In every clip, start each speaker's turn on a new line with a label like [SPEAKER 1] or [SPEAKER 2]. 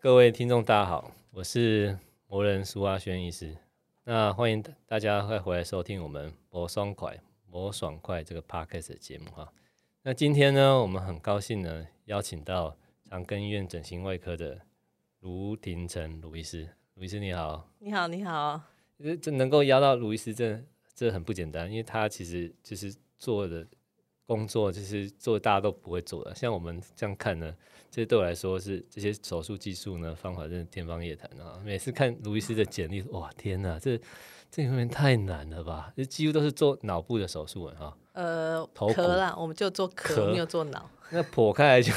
[SPEAKER 1] 各位听众，大家好，我是魔人苏阿轩医师。那欢迎大家快回来收听我们“魔爽快”“魔爽快”这个 podcast 的节目哈。那今天呢，我们很高兴呢，邀请到长庚医院整形外科的卢廷成卢医师。卢医师你好，
[SPEAKER 2] 你好，你好，
[SPEAKER 1] 这这能够邀到卢医师，这这很不简单，因为他其实就是做的工作，就是做大家都不会做的。像我们这样看呢，这对我来说是这些手术技术呢方法真的天方夜谭啊！每次看卢医师的简历，哇，天哪，这这有点太难了吧？这几乎都是做脑部的手术啊。
[SPEAKER 2] 呃，
[SPEAKER 1] 头骨
[SPEAKER 2] 壳啦，我们就做壳，
[SPEAKER 1] 壳
[SPEAKER 2] 没有做脑，
[SPEAKER 1] 那剖开来就，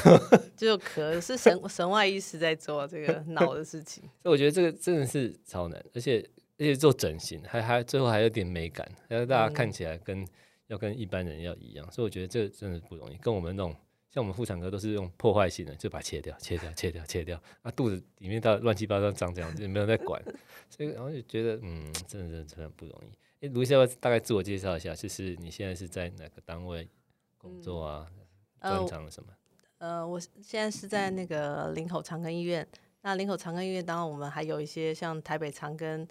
[SPEAKER 2] 就壳是神 神外医师在做这个脑的事 情。
[SPEAKER 1] 所以我觉得这个真的是超难，而且而且做整形还还最后还有点美感，要让大家
[SPEAKER 2] 嗯
[SPEAKER 1] 看起来跟、要跟一般人要一样，所以我觉得这真的不容易。跟我们那种像我们妇产科都是用破坏性的，就把它切掉、切掉、切掉、切掉，啊，肚子里面到乱七八糟长这样，就没有在管，所以然后就觉得嗯，真的真的真的不容易。哎，卢医师要不要大概自我介绍一下，就是你现在是在哪个单位工作啊？
[SPEAKER 2] 嗯呃
[SPEAKER 1] 专长是什么？
[SPEAKER 2] 呃，我是现在是在那个林口长庚医院。那林口长庚医院，当然我们还有一些像台北长庚，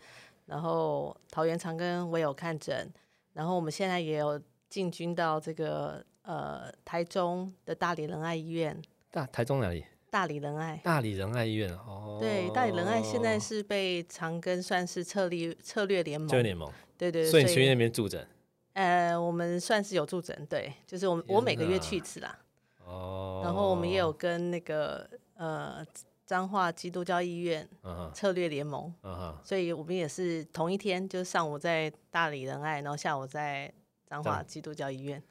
[SPEAKER 2] 然后桃园长庚我有看诊，然后我们现在也有进军到这个呃台中的大理仁爱医院，
[SPEAKER 1] 大台中哪里？
[SPEAKER 2] 大理仁爱。
[SPEAKER 1] 大理仁爱医院哦。
[SPEAKER 2] 对，大理仁爱现在是被长庚算是策立哦策略联盟，
[SPEAKER 1] 就联盟。
[SPEAKER 2] 对对对，
[SPEAKER 1] 所以你去那边住诊
[SPEAKER 2] 呃，我们算是有助诊，对，就是我们我
[SPEAKER 1] 天
[SPEAKER 2] 每个月
[SPEAKER 1] 哪
[SPEAKER 2] 去一次啦。
[SPEAKER 1] 哦，
[SPEAKER 2] 然后我们也有跟那个呃彰化基督教医院
[SPEAKER 1] 嗯哼，
[SPEAKER 2] 策略联盟，
[SPEAKER 1] 嗯哼，
[SPEAKER 2] 所以我们也是同一天，就是上午在大理仁爱，然后下午在彰化
[SPEAKER 1] 彰
[SPEAKER 2] 基督教医院，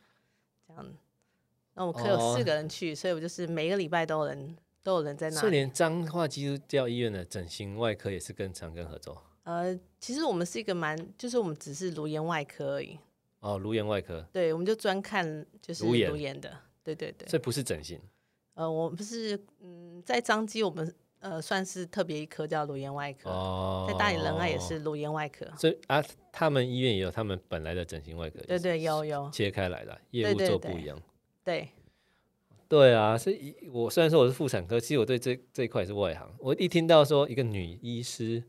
[SPEAKER 2] 这样。那我们科有
[SPEAKER 1] 哦
[SPEAKER 2] 四个人去，所以我就是每个礼拜都有人都有人在那
[SPEAKER 1] 所以
[SPEAKER 2] 里。
[SPEAKER 1] 连彰化基督教医院的整形外科也是跟长庚合作
[SPEAKER 2] 呃，其实我们是一个蛮，就是我们只是颅炎外科而已，
[SPEAKER 1] 哦，颅炎外科，
[SPEAKER 2] 对，我们就专看就是
[SPEAKER 1] 颅
[SPEAKER 2] 颅
[SPEAKER 1] 炎
[SPEAKER 2] 炎的，对对对。
[SPEAKER 1] 所以不是整形
[SPEAKER 2] 呃，我们是嗯，在彰基我们呃算是特别一科叫颅炎外科，
[SPEAKER 1] 哦，
[SPEAKER 2] 在大理仁爱也是，颅炎外科，
[SPEAKER 1] 所以啊，他们医院也有他们本来的整形外科，
[SPEAKER 2] 对对，有有
[SPEAKER 1] 切开来的业务
[SPEAKER 2] 对对
[SPEAKER 1] 做
[SPEAKER 2] 对
[SPEAKER 1] 不一样。
[SPEAKER 2] 对，
[SPEAKER 1] 对啊，所以一我虽然说我是妇产科，其实我对这这一块也是外行。我一听到说一个女医师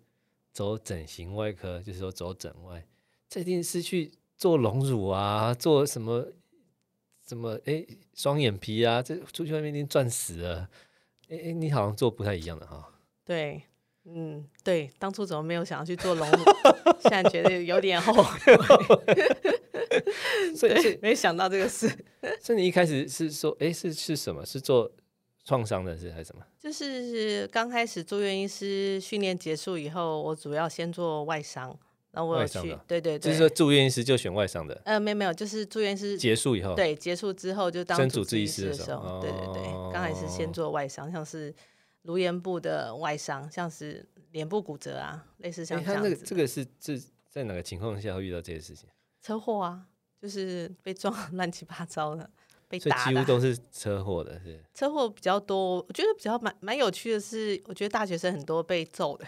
[SPEAKER 1] 走整形外科，就是说走整外，这一定是去做隆乳啊，做什么什么诶双眼皮啊，这出去外面一定赚死了。诶诶，你好像做不太一样的 哈。
[SPEAKER 2] 对，嗯，对，当初怎么没有想要去做隆乳，现在觉得有点后悔，
[SPEAKER 1] 所以所以
[SPEAKER 2] 没想到这个事，
[SPEAKER 1] 所以你一开始是说，诶，是是什么？是做创伤的是还是什么？
[SPEAKER 2] 就是刚开始住院医师训练结束以后，我主要先做外伤，然后我
[SPEAKER 1] 外
[SPEAKER 2] 有
[SPEAKER 1] 伤
[SPEAKER 2] 去
[SPEAKER 1] 的，
[SPEAKER 2] 对对
[SPEAKER 1] 就
[SPEAKER 2] 对，
[SPEAKER 1] 是说住院医师就选外伤的，
[SPEAKER 2] 呃，没有没有，就是住院医师
[SPEAKER 1] 结束以后，
[SPEAKER 2] 对，结束之后就当
[SPEAKER 1] 升主
[SPEAKER 2] 主
[SPEAKER 1] 治
[SPEAKER 2] 治
[SPEAKER 1] 医
[SPEAKER 2] 医
[SPEAKER 1] 师
[SPEAKER 2] 师
[SPEAKER 1] 的
[SPEAKER 2] 的
[SPEAKER 1] 时
[SPEAKER 2] 时
[SPEAKER 1] 候
[SPEAKER 2] 候，对对对，刚才是先
[SPEAKER 1] 哦
[SPEAKER 2] 做外伤，像是颅炎部的外伤，像是脸部骨折啊，类似
[SPEAKER 1] 诶，
[SPEAKER 2] 像这
[SPEAKER 1] 他
[SPEAKER 2] 样
[SPEAKER 1] 那
[SPEAKER 2] 子
[SPEAKER 1] 个
[SPEAKER 2] 的、
[SPEAKER 1] 这个是这在哪个情况下会遇到这些事情？
[SPEAKER 2] 车祸啊，就是被撞 得乱七八糟的，被
[SPEAKER 1] 所以
[SPEAKER 2] 打
[SPEAKER 1] 几
[SPEAKER 2] 的
[SPEAKER 1] 乎
[SPEAKER 2] 啊，
[SPEAKER 1] 都是车祸的，是
[SPEAKER 2] 车祸比较多。我觉得比较蛮蛮有趣的是，我觉得大学生很多被揍的，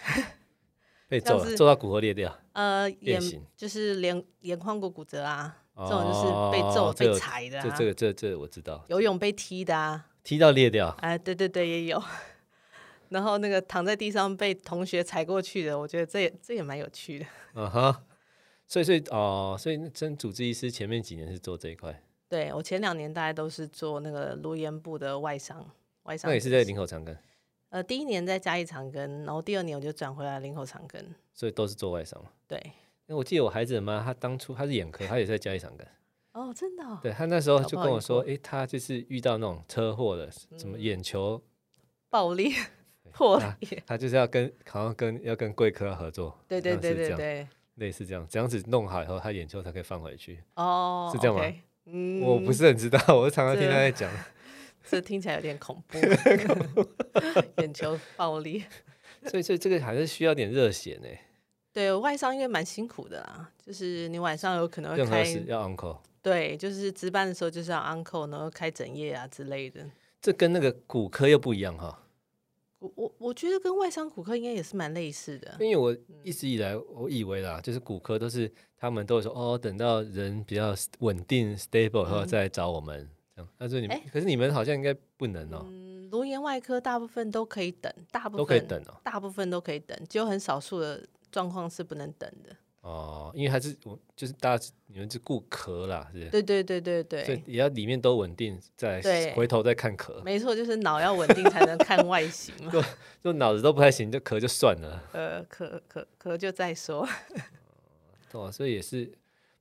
[SPEAKER 1] 被揍
[SPEAKER 2] 像
[SPEAKER 1] 了，
[SPEAKER 2] 是
[SPEAKER 1] 揍到骨头裂掉，
[SPEAKER 2] 呃，
[SPEAKER 1] 变
[SPEAKER 2] 眼
[SPEAKER 1] 形。
[SPEAKER 2] 就是脸眼眶骨骨折啊，
[SPEAKER 1] 这
[SPEAKER 2] 这种就是被揍、
[SPEAKER 1] 哦这
[SPEAKER 2] 被
[SPEAKER 1] 个
[SPEAKER 2] 踩的
[SPEAKER 1] 这
[SPEAKER 2] 啊，
[SPEAKER 1] 这个这这我知道，
[SPEAKER 2] 游泳被踢的啊。
[SPEAKER 1] 踢到裂掉，
[SPEAKER 2] 哎，对对对，也有。 然后那个躺在地上被同学踩过去的，我觉得这也这也蛮有趣的。
[SPEAKER 1] 嗯哼。所以所以哦，所以那真主治医师前面几年是做这一块，
[SPEAKER 2] 对我前两年大概都是做那个颅炎部的外伤，外伤
[SPEAKER 1] 那也是
[SPEAKER 2] 主
[SPEAKER 1] 在
[SPEAKER 2] 治
[SPEAKER 1] 林口长庚，
[SPEAKER 2] 呃第一年在嘉义长庚，然后第二年我就转回来林口长庚。
[SPEAKER 1] 所以都是做外伤嘛。
[SPEAKER 2] 对，
[SPEAKER 1] 因为我记得我孩子的妈，她当初她是眼科，她也在嘉义长庚，
[SPEAKER 2] 哦，真的、哦、
[SPEAKER 1] 对她那时候
[SPEAKER 2] 搞不
[SPEAKER 1] 就
[SPEAKER 2] 好
[SPEAKER 1] 跟我
[SPEAKER 2] 遇
[SPEAKER 1] 说，
[SPEAKER 2] 过嗯
[SPEAKER 1] 诶，她就是遇到那种车祸的，什么眼球，
[SPEAKER 2] 爆裂 破
[SPEAKER 1] 啊
[SPEAKER 2] 裂，
[SPEAKER 1] 她就是要跟好像跟要跟贵科合作，
[SPEAKER 2] 对对
[SPEAKER 1] 好像
[SPEAKER 2] 对
[SPEAKER 1] 是这
[SPEAKER 2] 对
[SPEAKER 1] 样
[SPEAKER 2] 对，
[SPEAKER 1] 类似这样，这样子弄好以后，她眼球才可以放回去。
[SPEAKER 2] 哦，
[SPEAKER 1] 是这样吗
[SPEAKER 2] OK 嗯，啊
[SPEAKER 1] 我不是很知道，我常常听
[SPEAKER 2] 这
[SPEAKER 1] 他在讲，
[SPEAKER 2] 这听起来有点恐 怖，眼球爆裂。
[SPEAKER 1] 所以所以这个还是需要点热血 呢。
[SPEAKER 2] 对外伤因为蛮辛苦的啦，就是你晚上有可能会
[SPEAKER 1] 任何
[SPEAKER 2] 开
[SPEAKER 1] 事要 uncle，
[SPEAKER 2] 对，就是值班的时候就是要 uncle，然后开整夜啊之类的。
[SPEAKER 1] 这跟那个骨科又不一样哈。
[SPEAKER 2] 我我我觉得跟外伤骨科应该也是蛮类似的。
[SPEAKER 1] 因为我
[SPEAKER 2] 嗯
[SPEAKER 1] 一直以来我以为啦，就是骨科都是他们都会说哦，等到人比较稳
[SPEAKER 2] 嗯
[SPEAKER 1] 定 stable 以后再来找我们这样。他说你们
[SPEAKER 2] 哎，
[SPEAKER 1] 可是你们好像应该不能哦。
[SPEAKER 2] 嗯，颅炎间外科大部分都可以等，大部分
[SPEAKER 1] 都可以等哦。
[SPEAKER 2] 大部分都可以等，只有很少数的状况是不能等的。
[SPEAKER 1] 哦，因为还是我就是大家你们是顾壳啦，是不是
[SPEAKER 2] 对对对对
[SPEAKER 1] 所以
[SPEAKER 2] 对，
[SPEAKER 1] 也要里面都稳定，再
[SPEAKER 2] 对
[SPEAKER 1] 回头再看壳。
[SPEAKER 2] 没错，就是脑要稳定才能看外形 嘛。
[SPEAKER 1] 就脑子都不太行，就壳就算了。
[SPEAKER 2] 呃，可可可就再说。
[SPEAKER 1] 哦，所以也是，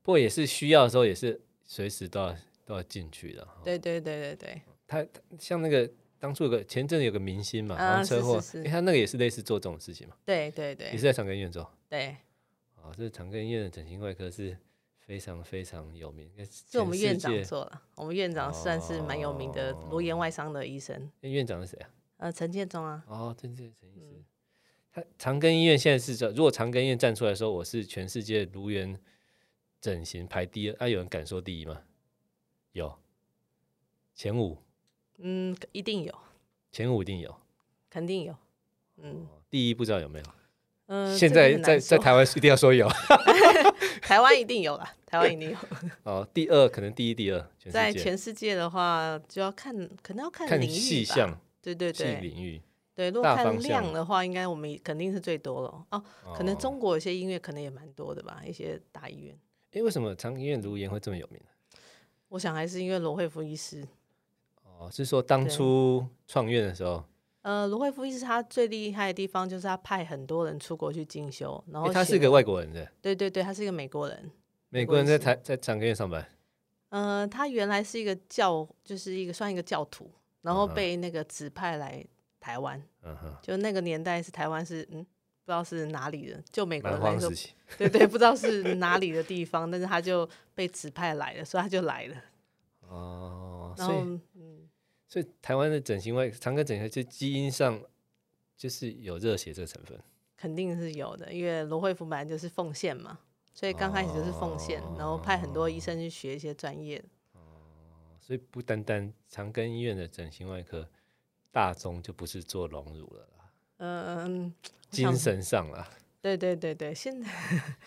[SPEAKER 1] 不过也是需要的时候也是随时都要都要进去的。哦
[SPEAKER 2] 对对对对对，
[SPEAKER 1] 他他像那个当初有个前阵子有个明星嘛，
[SPEAKER 2] 啊
[SPEAKER 1] 然后车祸，
[SPEAKER 2] 是是是
[SPEAKER 1] 诶他那个也是类似做这种事情嘛，
[SPEAKER 2] 对对
[SPEAKER 1] 也是
[SPEAKER 2] 对
[SPEAKER 1] 在长庚医院做。
[SPEAKER 2] 对，
[SPEAKER 1] 哦，这长庚医院的整形外科是非常非常有名，应该
[SPEAKER 2] 是我们
[SPEAKER 1] 全
[SPEAKER 2] 院
[SPEAKER 1] 世界哦
[SPEAKER 2] 长做了。我们院长算是蛮有名的颅炎外伤的医生，
[SPEAKER 1] 诶院长是谁啊？
[SPEAKER 2] 呃，陈建中啊，
[SPEAKER 1] 哦，对对，陈医师。
[SPEAKER 2] 嗯
[SPEAKER 1] 他长庚医院现在是这，如果长庚医院站出来说我是全世界颅源整形排第二，啊，有人敢说第一吗？有，前五，
[SPEAKER 2] 嗯，一定有，
[SPEAKER 1] 前五一定有，
[SPEAKER 2] 肯定有，嗯
[SPEAKER 1] 哦第一不知道有没有。
[SPEAKER 2] 嗯、呃
[SPEAKER 1] 现
[SPEAKER 2] 这个
[SPEAKER 1] 在
[SPEAKER 2] 很难
[SPEAKER 1] 在在
[SPEAKER 2] 说
[SPEAKER 1] 台湾一定要说有
[SPEAKER 2] 台湾一定有啦，台湾一定有。
[SPEAKER 1] 哦，第二可能第一第二，全
[SPEAKER 2] 在
[SPEAKER 1] 世界
[SPEAKER 2] 全世界的话，就要看，可能要看
[SPEAKER 1] 看
[SPEAKER 2] 领域
[SPEAKER 1] 细
[SPEAKER 2] 吧。
[SPEAKER 1] 项、
[SPEAKER 2] 对对
[SPEAKER 1] 细
[SPEAKER 2] 对
[SPEAKER 1] 领域，
[SPEAKER 2] 对，如果
[SPEAKER 1] 大
[SPEAKER 2] 看
[SPEAKER 1] 方向
[SPEAKER 2] 量的话，应该我们肯定是最多了哦。可能
[SPEAKER 1] 哦
[SPEAKER 2] 中国有些医院可能也蛮多的吧，一些大医院。
[SPEAKER 1] 诶，为什么长庚医院颅炎会这么有名呢？
[SPEAKER 2] 我想还是因为罗惠夫医师，
[SPEAKER 1] 哦，是说当
[SPEAKER 2] 对
[SPEAKER 1] 初创院的时候，
[SPEAKER 2] 呃，罗惠夫医师他最厉害的地方就是他派很多人出国去进修，然后
[SPEAKER 1] 诶他是
[SPEAKER 2] 写
[SPEAKER 1] 个外国人的，
[SPEAKER 2] 对对对，他是一个美国人。
[SPEAKER 1] 美
[SPEAKER 2] 国
[SPEAKER 1] 国人
[SPEAKER 2] 人
[SPEAKER 1] 在
[SPEAKER 2] 是
[SPEAKER 1] 台在长庚医院上班。
[SPEAKER 2] 呃，他原来是一个教，就是一个算一个教徒，然后
[SPEAKER 1] 嗯哼
[SPEAKER 2] 被那个指派来台湾。
[SPEAKER 1] 嗯哼，
[SPEAKER 2] 就那个年代是台湾是嗯，不知道是哪里人，就美国
[SPEAKER 1] 蛮
[SPEAKER 2] 人来
[SPEAKER 1] 荒
[SPEAKER 2] 说
[SPEAKER 1] 时，期。
[SPEAKER 2] 对对，不知道是哪里的地方，但是他就被指派来了，所以他就来了。
[SPEAKER 1] 哦，
[SPEAKER 2] 然
[SPEAKER 1] 所
[SPEAKER 2] 后
[SPEAKER 1] 以
[SPEAKER 2] 嗯，
[SPEAKER 1] 所以台湾的整形外长庚整形就基因上就是有热血这个成分，
[SPEAKER 2] 肯定是有的，因为罗惠福本来就是奉献嘛，所以刚开始就是奉献，然后派很多医
[SPEAKER 1] 哦
[SPEAKER 2] 生去学一些专业。
[SPEAKER 1] 所以不单单长庚医院的整形外科，大宗就不是做隆乳了啦，
[SPEAKER 2] 嗯，我想
[SPEAKER 1] 精神上啦，
[SPEAKER 2] 对对对对，现在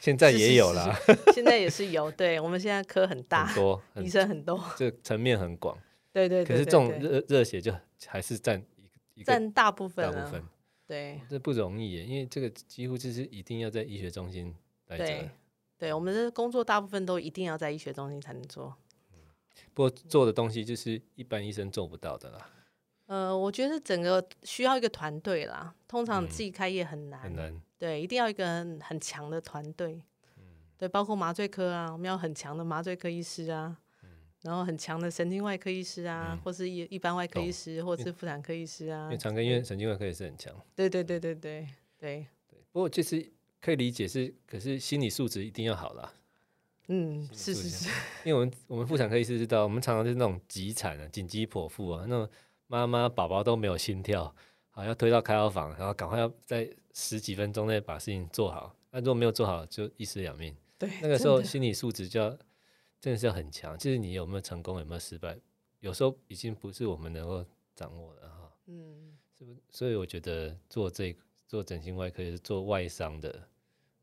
[SPEAKER 1] 现在
[SPEAKER 2] 是是
[SPEAKER 1] 也有啦，
[SPEAKER 2] 现在也是有，对我们现在科很大
[SPEAKER 1] 很，多
[SPEAKER 2] 医
[SPEAKER 1] 很
[SPEAKER 2] 生很多，
[SPEAKER 1] 这层面很广，
[SPEAKER 2] 对对对
[SPEAKER 1] 可是这
[SPEAKER 2] 对
[SPEAKER 1] 种
[SPEAKER 2] 对
[SPEAKER 1] 热热血就还是占一个一个
[SPEAKER 2] 占大部分
[SPEAKER 1] 大
[SPEAKER 2] 啊，
[SPEAKER 1] 部分，
[SPEAKER 2] 对
[SPEAKER 1] 这不容易耶，因为这个几乎就是一定要在医学中心待
[SPEAKER 2] 对
[SPEAKER 1] 着，
[SPEAKER 2] 对，我们的工作大部分都一定要在医学中心才能做。
[SPEAKER 1] 不过做的东西就是一般医生做不到的啦，
[SPEAKER 2] 呃，我觉得整个需要一个团队啦，通常
[SPEAKER 1] 嗯
[SPEAKER 2] 自己开业很难，
[SPEAKER 1] 很难。嗯
[SPEAKER 2] 对，一定要一个很很强的团队，对，包括麻醉科啊，我们要很强的麻醉科医师啊，
[SPEAKER 1] 嗯
[SPEAKER 2] 然后很强的神经外科医师啊，或是一一般外科医
[SPEAKER 1] 懂
[SPEAKER 2] 师，或是妇产科医师啊
[SPEAKER 1] 因为，长庚医院神经外科也是很强，
[SPEAKER 2] 对对对对对对，
[SPEAKER 1] 不过就是可以理解是，可是心理素质一定要好啦。
[SPEAKER 2] 嗯，是
[SPEAKER 1] 素
[SPEAKER 2] 是
[SPEAKER 1] 质
[SPEAKER 2] 是，
[SPEAKER 1] 因为我们我们妇产科医师知道，我们常常就是那种急产啊、紧急剖腹啊，那种妈妈宝宝都没有心跳，好要推到开刀房，然后赶快要在十几分钟内把事情做好。那如果没有做好，就一尸两命。
[SPEAKER 2] 对，
[SPEAKER 1] 那个时
[SPEAKER 2] 哎真
[SPEAKER 1] 候
[SPEAKER 2] 的
[SPEAKER 1] 心理素质就要真的是要很强，就是你有没有成功，有没有失败，有时候已经不是我们能够掌握的哈。
[SPEAKER 2] 嗯，
[SPEAKER 1] 所以我觉得做这做整形外科也是做外伤的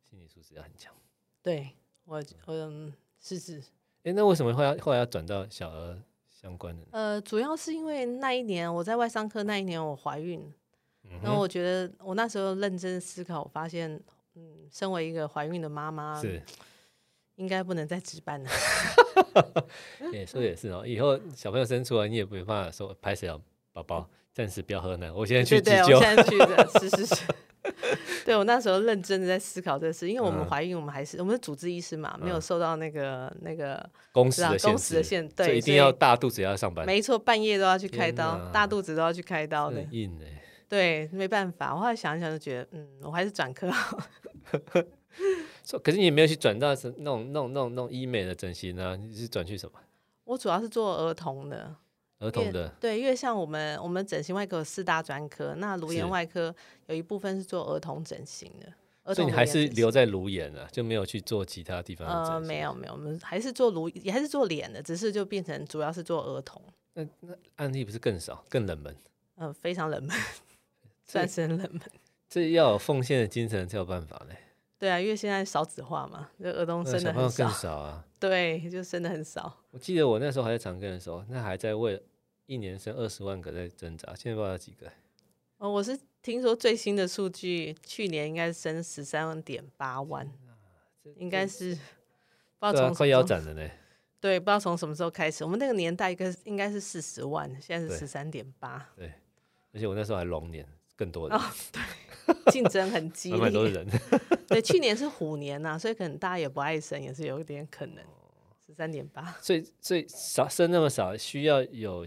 [SPEAKER 1] 心理素质要很强。
[SPEAKER 2] 对我我嗯是是，
[SPEAKER 1] 诶，那为什么后来后来要转到小儿相关的呢？
[SPEAKER 2] 呃，主要是因为那一年我在外伤科那一年我怀孕，
[SPEAKER 1] 嗯
[SPEAKER 2] 然后
[SPEAKER 1] 哼，
[SPEAKER 2] 我觉得我那时候认真思考，我发现，嗯，身为一个怀孕的妈妈，
[SPEAKER 1] 是，
[SPEAKER 2] 应该不能再值班了。
[SPEAKER 1] 也说也是哦。以后小朋友生出来，你也没办法说拍谁啊，宝宝暂时不要喝奶，我现 在去
[SPEAKER 2] 对
[SPEAKER 1] 急
[SPEAKER 2] 对，
[SPEAKER 1] 救
[SPEAKER 2] 我。现在 去的，是是 是。对我那时候认真的在思考这事，因为我们
[SPEAKER 1] 嗯
[SPEAKER 2] 怀孕，我们还是我们是主治医师嘛，没有
[SPEAKER 1] 嗯
[SPEAKER 2] 受到那个那个
[SPEAKER 1] 公
[SPEAKER 2] 知
[SPEAKER 1] 司
[SPEAKER 2] 道
[SPEAKER 1] 的限
[SPEAKER 2] 工时的
[SPEAKER 1] 制，
[SPEAKER 2] 限，
[SPEAKER 1] 所以
[SPEAKER 2] 对，
[SPEAKER 1] 一定
[SPEAKER 2] 所
[SPEAKER 1] 要
[SPEAKER 2] 以
[SPEAKER 1] 大肚子也要上班，
[SPEAKER 2] 没错，半夜都要去开
[SPEAKER 1] 天
[SPEAKER 2] 刀，
[SPEAKER 1] 哪
[SPEAKER 2] 大肚子都要去开刀的
[SPEAKER 1] 很，硬哎。
[SPEAKER 2] 对，没办法。我后来想一想就觉得，嗯，我还是转科好。
[SPEAKER 1] 说，可是你也没有去转到是那种那种那种那种医美的整形啊，你是转去什么？
[SPEAKER 2] 我主要是做儿童的，
[SPEAKER 1] 儿童的
[SPEAKER 2] 对，因为像我们我们整形外科有四大专科，那颅
[SPEAKER 1] 是
[SPEAKER 2] 炎外科有一部分是做儿童整形的，儿
[SPEAKER 1] 所
[SPEAKER 2] 童
[SPEAKER 1] 以你
[SPEAKER 2] 颅
[SPEAKER 1] 还
[SPEAKER 2] 炎
[SPEAKER 1] 是
[SPEAKER 2] 整
[SPEAKER 1] 留
[SPEAKER 2] 形
[SPEAKER 1] 在颅眼啊，就没有去做其他地方的
[SPEAKER 2] 呃
[SPEAKER 1] 整形。
[SPEAKER 2] 没有没有，我们还是做颅也还是做脸的，只是就变成主要是做儿童，
[SPEAKER 1] 那那案例不是更少、更冷门？
[SPEAKER 2] 嗯、非常冷门，算是很冷门。
[SPEAKER 1] 这要有奉献的精神才有办法嘞。
[SPEAKER 2] 对啊，因为现在少子化嘛，就儿童
[SPEAKER 1] 那
[SPEAKER 2] 生
[SPEAKER 1] 小
[SPEAKER 2] 的
[SPEAKER 1] 朋友
[SPEAKER 2] 很
[SPEAKER 1] 更
[SPEAKER 2] 少，
[SPEAKER 1] 少啊！
[SPEAKER 2] 对，就生的很少。
[SPEAKER 1] 我记得我那时候还在长庚的时候，那还在为一年生二十万个在挣扎，现在不知道有几个。
[SPEAKER 2] 哦，我是听说最新的数据，去年应该是升十三点八万，
[SPEAKER 1] 这
[SPEAKER 2] 应该
[SPEAKER 1] 这
[SPEAKER 2] 是不知道
[SPEAKER 1] 对啊
[SPEAKER 2] 从
[SPEAKER 1] 快
[SPEAKER 2] 什么
[SPEAKER 1] 腰
[SPEAKER 2] 时候
[SPEAKER 1] 斩了呢。
[SPEAKER 2] 对，不知道从什么时候开始，我们那个年代应该是应该是四十万，现在是
[SPEAKER 1] 对
[SPEAKER 2] 十三点八，
[SPEAKER 1] 而且我那时候还龙年，更多
[SPEAKER 2] 哦
[SPEAKER 1] 人，
[SPEAKER 2] 竞争很激
[SPEAKER 1] 两百多
[SPEAKER 2] 烈。
[SPEAKER 1] 人。
[SPEAKER 2] 对，去年是虎年呐、所以可能大家也不爱生，也是有一点可能。
[SPEAKER 1] 哦
[SPEAKER 2] 十三点八，
[SPEAKER 1] 所以所以少生那么少，需要有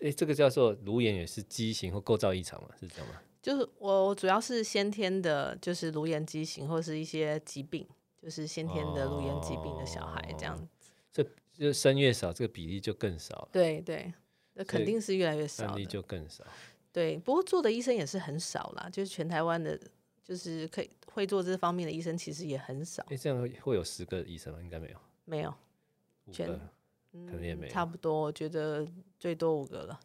[SPEAKER 1] 诶、这个叫做颅炎也是畸形或构造异常嘛，是这样吗？
[SPEAKER 2] 就是我我主要是先天的，就是颅炎畸形或是一些疾病，就是先天的颅炎疾病的小孩这样。
[SPEAKER 1] 哦就生越少，这个比例就更少了，
[SPEAKER 2] 对对，那
[SPEAKER 1] 所
[SPEAKER 2] 肯
[SPEAKER 1] 以
[SPEAKER 2] 定是越来越少
[SPEAKER 1] 案例
[SPEAKER 2] 的。
[SPEAKER 1] 就更少。
[SPEAKER 2] 对，不过做的医生也是很少啦，就是全台湾的，就是可以会做这方面的医生其实也很少，
[SPEAKER 1] 诶、这样会会有十个医生吗？应该没有，
[SPEAKER 2] 没有。
[SPEAKER 1] 五
[SPEAKER 2] 全嗯
[SPEAKER 1] 个可能也没有
[SPEAKER 2] 差不多，我觉得最多五个了，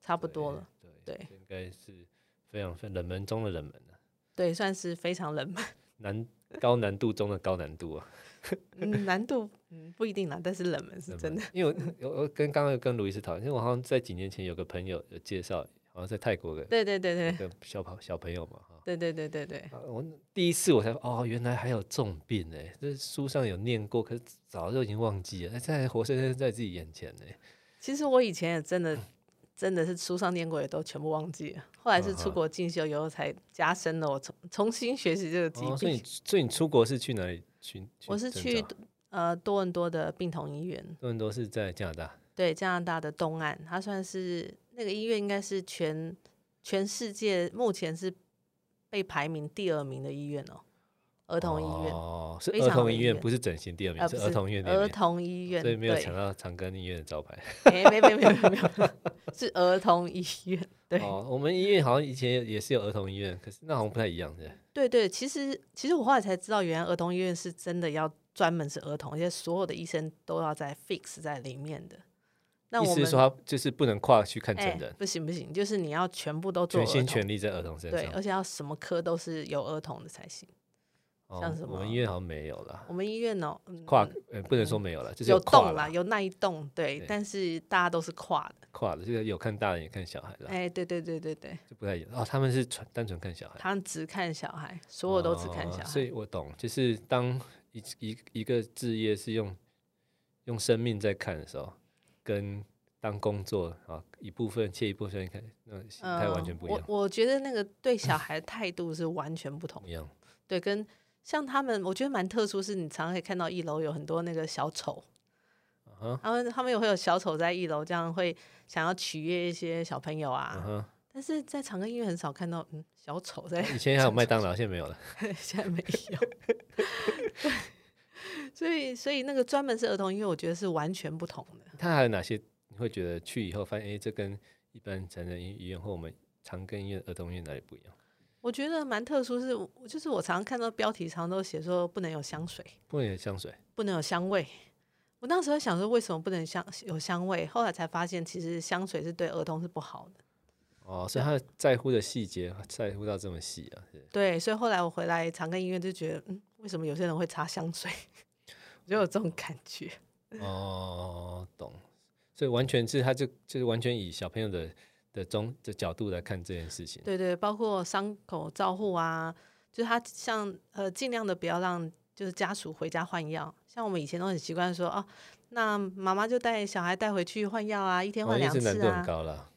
[SPEAKER 2] 差不多了。。
[SPEAKER 1] 对
[SPEAKER 2] 对
[SPEAKER 1] 这应该是非常非冷门中的冷门了、
[SPEAKER 2] 对，算是非常冷门，
[SPEAKER 1] 难高难度中的高难度啊，
[SPEAKER 2] 嗯，难度嗯不一定啦，但是冷门是真的。
[SPEAKER 1] 冷门。因为我我我跟刚刚有跟卢医师讨论，因为我好像在几年前有个朋友有介绍，好像在泰国的
[SPEAKER 2] 对对对对
[SPEAKER 1] 一个小朋小朋友嘛哈。
[SPEAKER 2] 对对对对对，
[SPEAKER 1] 啊我第一次我才哦，原来还有重病哎、这书上有念过，可是早就已经忘记了，哎现在活生生在自己眼前呢、欸
[SPEAKER 2] 其实我以前也 真的真的是书上念过，也都全部忘记了。后来是
[SPEAKER 1] 嗯
[SPEAKER 2] 出
[SPEAKER 1] 哼
[SPEAKER 2] 国进修以后，才加深了我重重新学习这个疾
[SPEAKER 1] 哦，所以
[SPEAKER 2] 病
[SPEAKER 1] 你。所以你出国是去哪里去？
[SPEAKER 2] 我是
[SPEAKER 1] 征
[SPEAKER 2] 去
[SPEAKER 1] 兆
[SPEAKER 2] 呃多伦多的病童医院，
[SPEAKER 1] 多伦多是在加拿大，
[SPEAKER 2] 对加拿大的东岸，它算是那个医院应该是全全世界目前是被排名第二名的医院哦，儿
[SPEAKER 1] 儿
[SPEAKER 2] 童医院，
[SPEAKER 1] 哦，是
[SPEAKER 2] 非
[SPEAKER 1] 儿
[SPEAKER 2] 常好
[SPEAKER 1] 童
[SPEAKER 2] 的
[SPEAKER 1] 医
[SPEAKER 2] 医
[SPEAKER 1] 院，
[SPEAKER 2] 院
[SPEAKER 1] 不是整形第二名，
[SPEAKER 2] 呃，
[SPEAKER 1] 是
[SPEAKER 2] 不
[SPEAKER 1] 儿
[SPEAKER 2] 是
[SPEAKER 1] 童医院第二
[SPEAKER 2] 儿
[SPEAKER 1] 名，
[SPEAKER 2] 童医院，
[SPEAKER 1] 所以没有
[SPEAKER 2] 对
[SPEAKER 1] 抢到长庚医院的招牌。
[SPEAKER 2] 哎，没没没没没有， 是儿童医院，对、
[SPEAKER 1] 哦，我们医院好像以前也也是有儿童医院，可是那好像不太一样的。
[SPEAKER 2] 对对，其实其实我后来才知道，原来儿童医院是真的要专门是儿童，而且所有的医生都要在 fix 在里面的。那
[SPEAKER 1] 意
[SPEAKER 2] 我
[SPEAKER 1] 思是
[SPEAKER 2] 们
[SPEAKER 1] 说他就是不能跨去看成
[SPEAKER 2] 哎
[SPEAKER 1] 人，
[SPEAKER 2] 不行不行，就是你要全部都做
[SPEAKER 1] 全
[SPEAKER 2] 儿
[SPEAKER 1] 心
[SPEAKER 2] 童，
[SPEAKER 1] 全力在儿童身
[SPEAKER 2] 对，
[SPEAKER 1] 上。
[SPEAKER 2] 而且要什么科都是有儿童的才行。
[SPEAKER 1] 哦
[SPEAKER 2] 像什
[SPEAKER 1] 我
[SPEAKER 2] 么
[SPEAKER 1] 们医院好像没有啦，
[SPEAKER 2] 我们医院哦，嗯
[SPEAKER 1] 跨
[SPEAKER 2] 嗯
[SPEAKER 1] 呃不能说没有了，就是
[SPEAKER 2] 有
[SPEAKER 1] 跨
[SPEAKER 2] 栋
[SPEAKER 1] 啦
[SPEAKER 2] 啦，有那一栋，对，
[SPEAKER 1] 对
[SPEAKER 2] 但是大家都是跨的，
[SPEAKER 1] 跨了，就是有看大人也看小孩了，
[SPEAKER 2] 哎，对对对对对，
[SPEAKER 1] 就不太一样。哦，他们是纯单纯看小孩，
[SPEAKER 2] 他们只看小孩，所有都只看
[SPEAKER 1] 哦
[SPEAKER 2] 小孩，
[SPEAKER 1] 所以我懂，就是当一一一个置业是用用生命在看的时候，跟当工作啊一部分切一部分看，那种心态完全不一样
[SPEAKER 2] 呃。。我我觉得那个对小孩的态度是完全不 同
[SPEAKER 1] 不，一样
[SPEAKER 2] 对，跟像他们，我觉得蛮特殊，是你常常可以看到一楼有很多那个小丑，
[SPEAKER 1] 啊哈，
[SPEAKER 2] 他们他们也会有小丑在一楼，这样会想要取悦一些小朋友啊。
[SPEAKER 1] 啊哈，
[SPEAKER 2] 但是在长庚医院很少看到，嗯，小丑在
[SPEAKER 1] 以前还有麦当劳，现在没有了。
[SPEAKER 2] 现在没有。对，所以所以那个专门是儿童医院，我觉得是完全不同的。
[SPEAKER 1] 它还有哪些你会觉得去以后发现，哎，这跟一般成人医院或我们常跟医院、儿童医院哪里不一样？
[SPEAKER 2] 我觉得蛮特殊是，我就是我常常看到标题，常常都写说不能有香水，
[SPEAKER 1] 不能有香水，
[SPEAKER 2] 不能有香味。我那时候想说，为什么不能香有香味？后来才发现，其实香水是对儿童是不好的。
[SPEAKER 1] 哦，所以他在乎的细节在乎到这么细啊，是
[SPEAKER 2] 对，所以后来我回来长庚医院就觉得，嗯，为什么有些人会擦香水？ 我就有这种感觉。
[SPEAKER 1] 哦，懂，所以完全是他就就是完全以小朋友的的中的角度来看这件事情，
[SPEAKER 2] 对对，包括伤口照护啊，就是他像呃，尽量的不要让就是家属回家换药。像我们以前都很习惯说，哦，那妈妈就带小孩带回去换药啊，一天换
[SPEAKER 1] 完全
[SPEAKER 2] 两
[SPEAKER 1] 是难
[SPEAKER 2] 次
[SPEAKER 1] 度很
[SPEAKER 2] 啊，
[SPEAKER 1] 高了，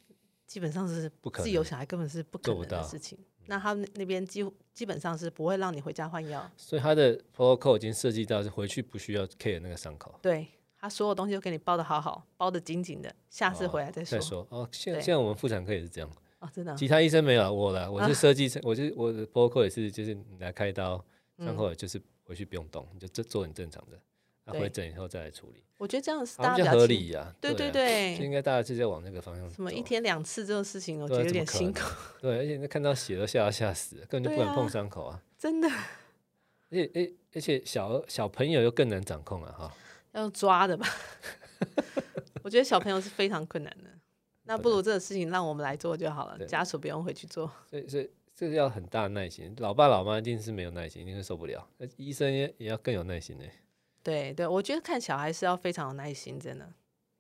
[SPEAKER 2] 基本上是
[SPEAKER 1] 不可
[SPEAKER 2] 自己有
[SPEAKER 1] 能
[SPEAKER 2] 小孩根本是不可
[SPEAKER 1] 做不
[SPEAKER 2] 能的
[SPEAKER 1] 到嗯
[SPEAKER 2] 事情。那他们那边几乎基本上是不会让你回家换药，
[SPEAKER 1] 所以他的 protocol 已经设计到是回去不需要 care 那个伤口，
[SPEAKER 2] 对他所有东西都给你包的好好，包的紧紧的，下次
[SPEAKER 1] 哦
[SPEAKER 2] 回来再说。
[SPEAKER 1] 再说哦，现在
[SPEAKER 2] 对
[SPEAKER 1] 现在我们妇产科也是这样，
[SPEAKER 2] 哦，真的啊、
[SPEAKER 1] 其他医生没有啊我 啦，我是设计成，我就是我的 protocol 也是就是你来开刀，
[SPEAKER 2] 嗯
[SPEAKER 1] 伤口也就是回去不用动，你就做做很正常的，那回
[SPEAKER 2] 对
[SPEAKER 1] 诊以后再来处理，
[SPEAKER 2] 我觉得这样是
[SPEAKER 1] 好
[SPEAKER 2] 大
[SPEAKER 1] 像比较
[SPEAKER 2] 家比较
[SPEAKER 1] 合
[SPEAKER 2] 清
[SPEAKER 1] 理呀，
[SPEAKER 2] 对
[SPEAKER 1] 对
[SPEAKER 2] 对
[SPEAKER 1] 啊
[SPEAKER 2] 对，
[SPEAKER 1] 就应该大家是在往那个方向走。
[SPEAKER 2] 什么一天两次这种事情，我觉
[SPEAKER 1] 对啊
[SPEAKER 2] 得有
[SPEAKER 1] 怎么
[SPEAKER 2] 点
[SPEAKER 1] 可
[SPEAKER 2] 辛
[SPEAKER 1] 能
[SPEAKER 2] 苦，
[SPEAKER 1] 对，而且那看到血都吓到吓死了，根本就不
[SPEAKER 2] 对
[SPEAKER 1] 敢碰
[SPEAKER 2] 啊
[SPEAKER 1] 伤口啊。
[SPEAKER 2] 真的
[SPEAKER 1] 而
[SPEAKER 2] 啊
[SPEAKER 1] 且，诶，而且小小朋友又更难掌控了、哈。
[SPEAKER 2] 要抓的吧？ 我觉得小朋友是非常困难的，那不如这个事情让我们来做就好了，
[SPEAKER 1] 对
[SPEAKER 2] 家属不用回去 做。
[SPEAKER 1] 所以，所以这个要很大的耐心。老爸老妈一定是没有耐心，一定会受不了。那医生也也要更有耐心呢、
[SPEAKER 2] 对对，我觉得看小孩是要非常有耐心，真的。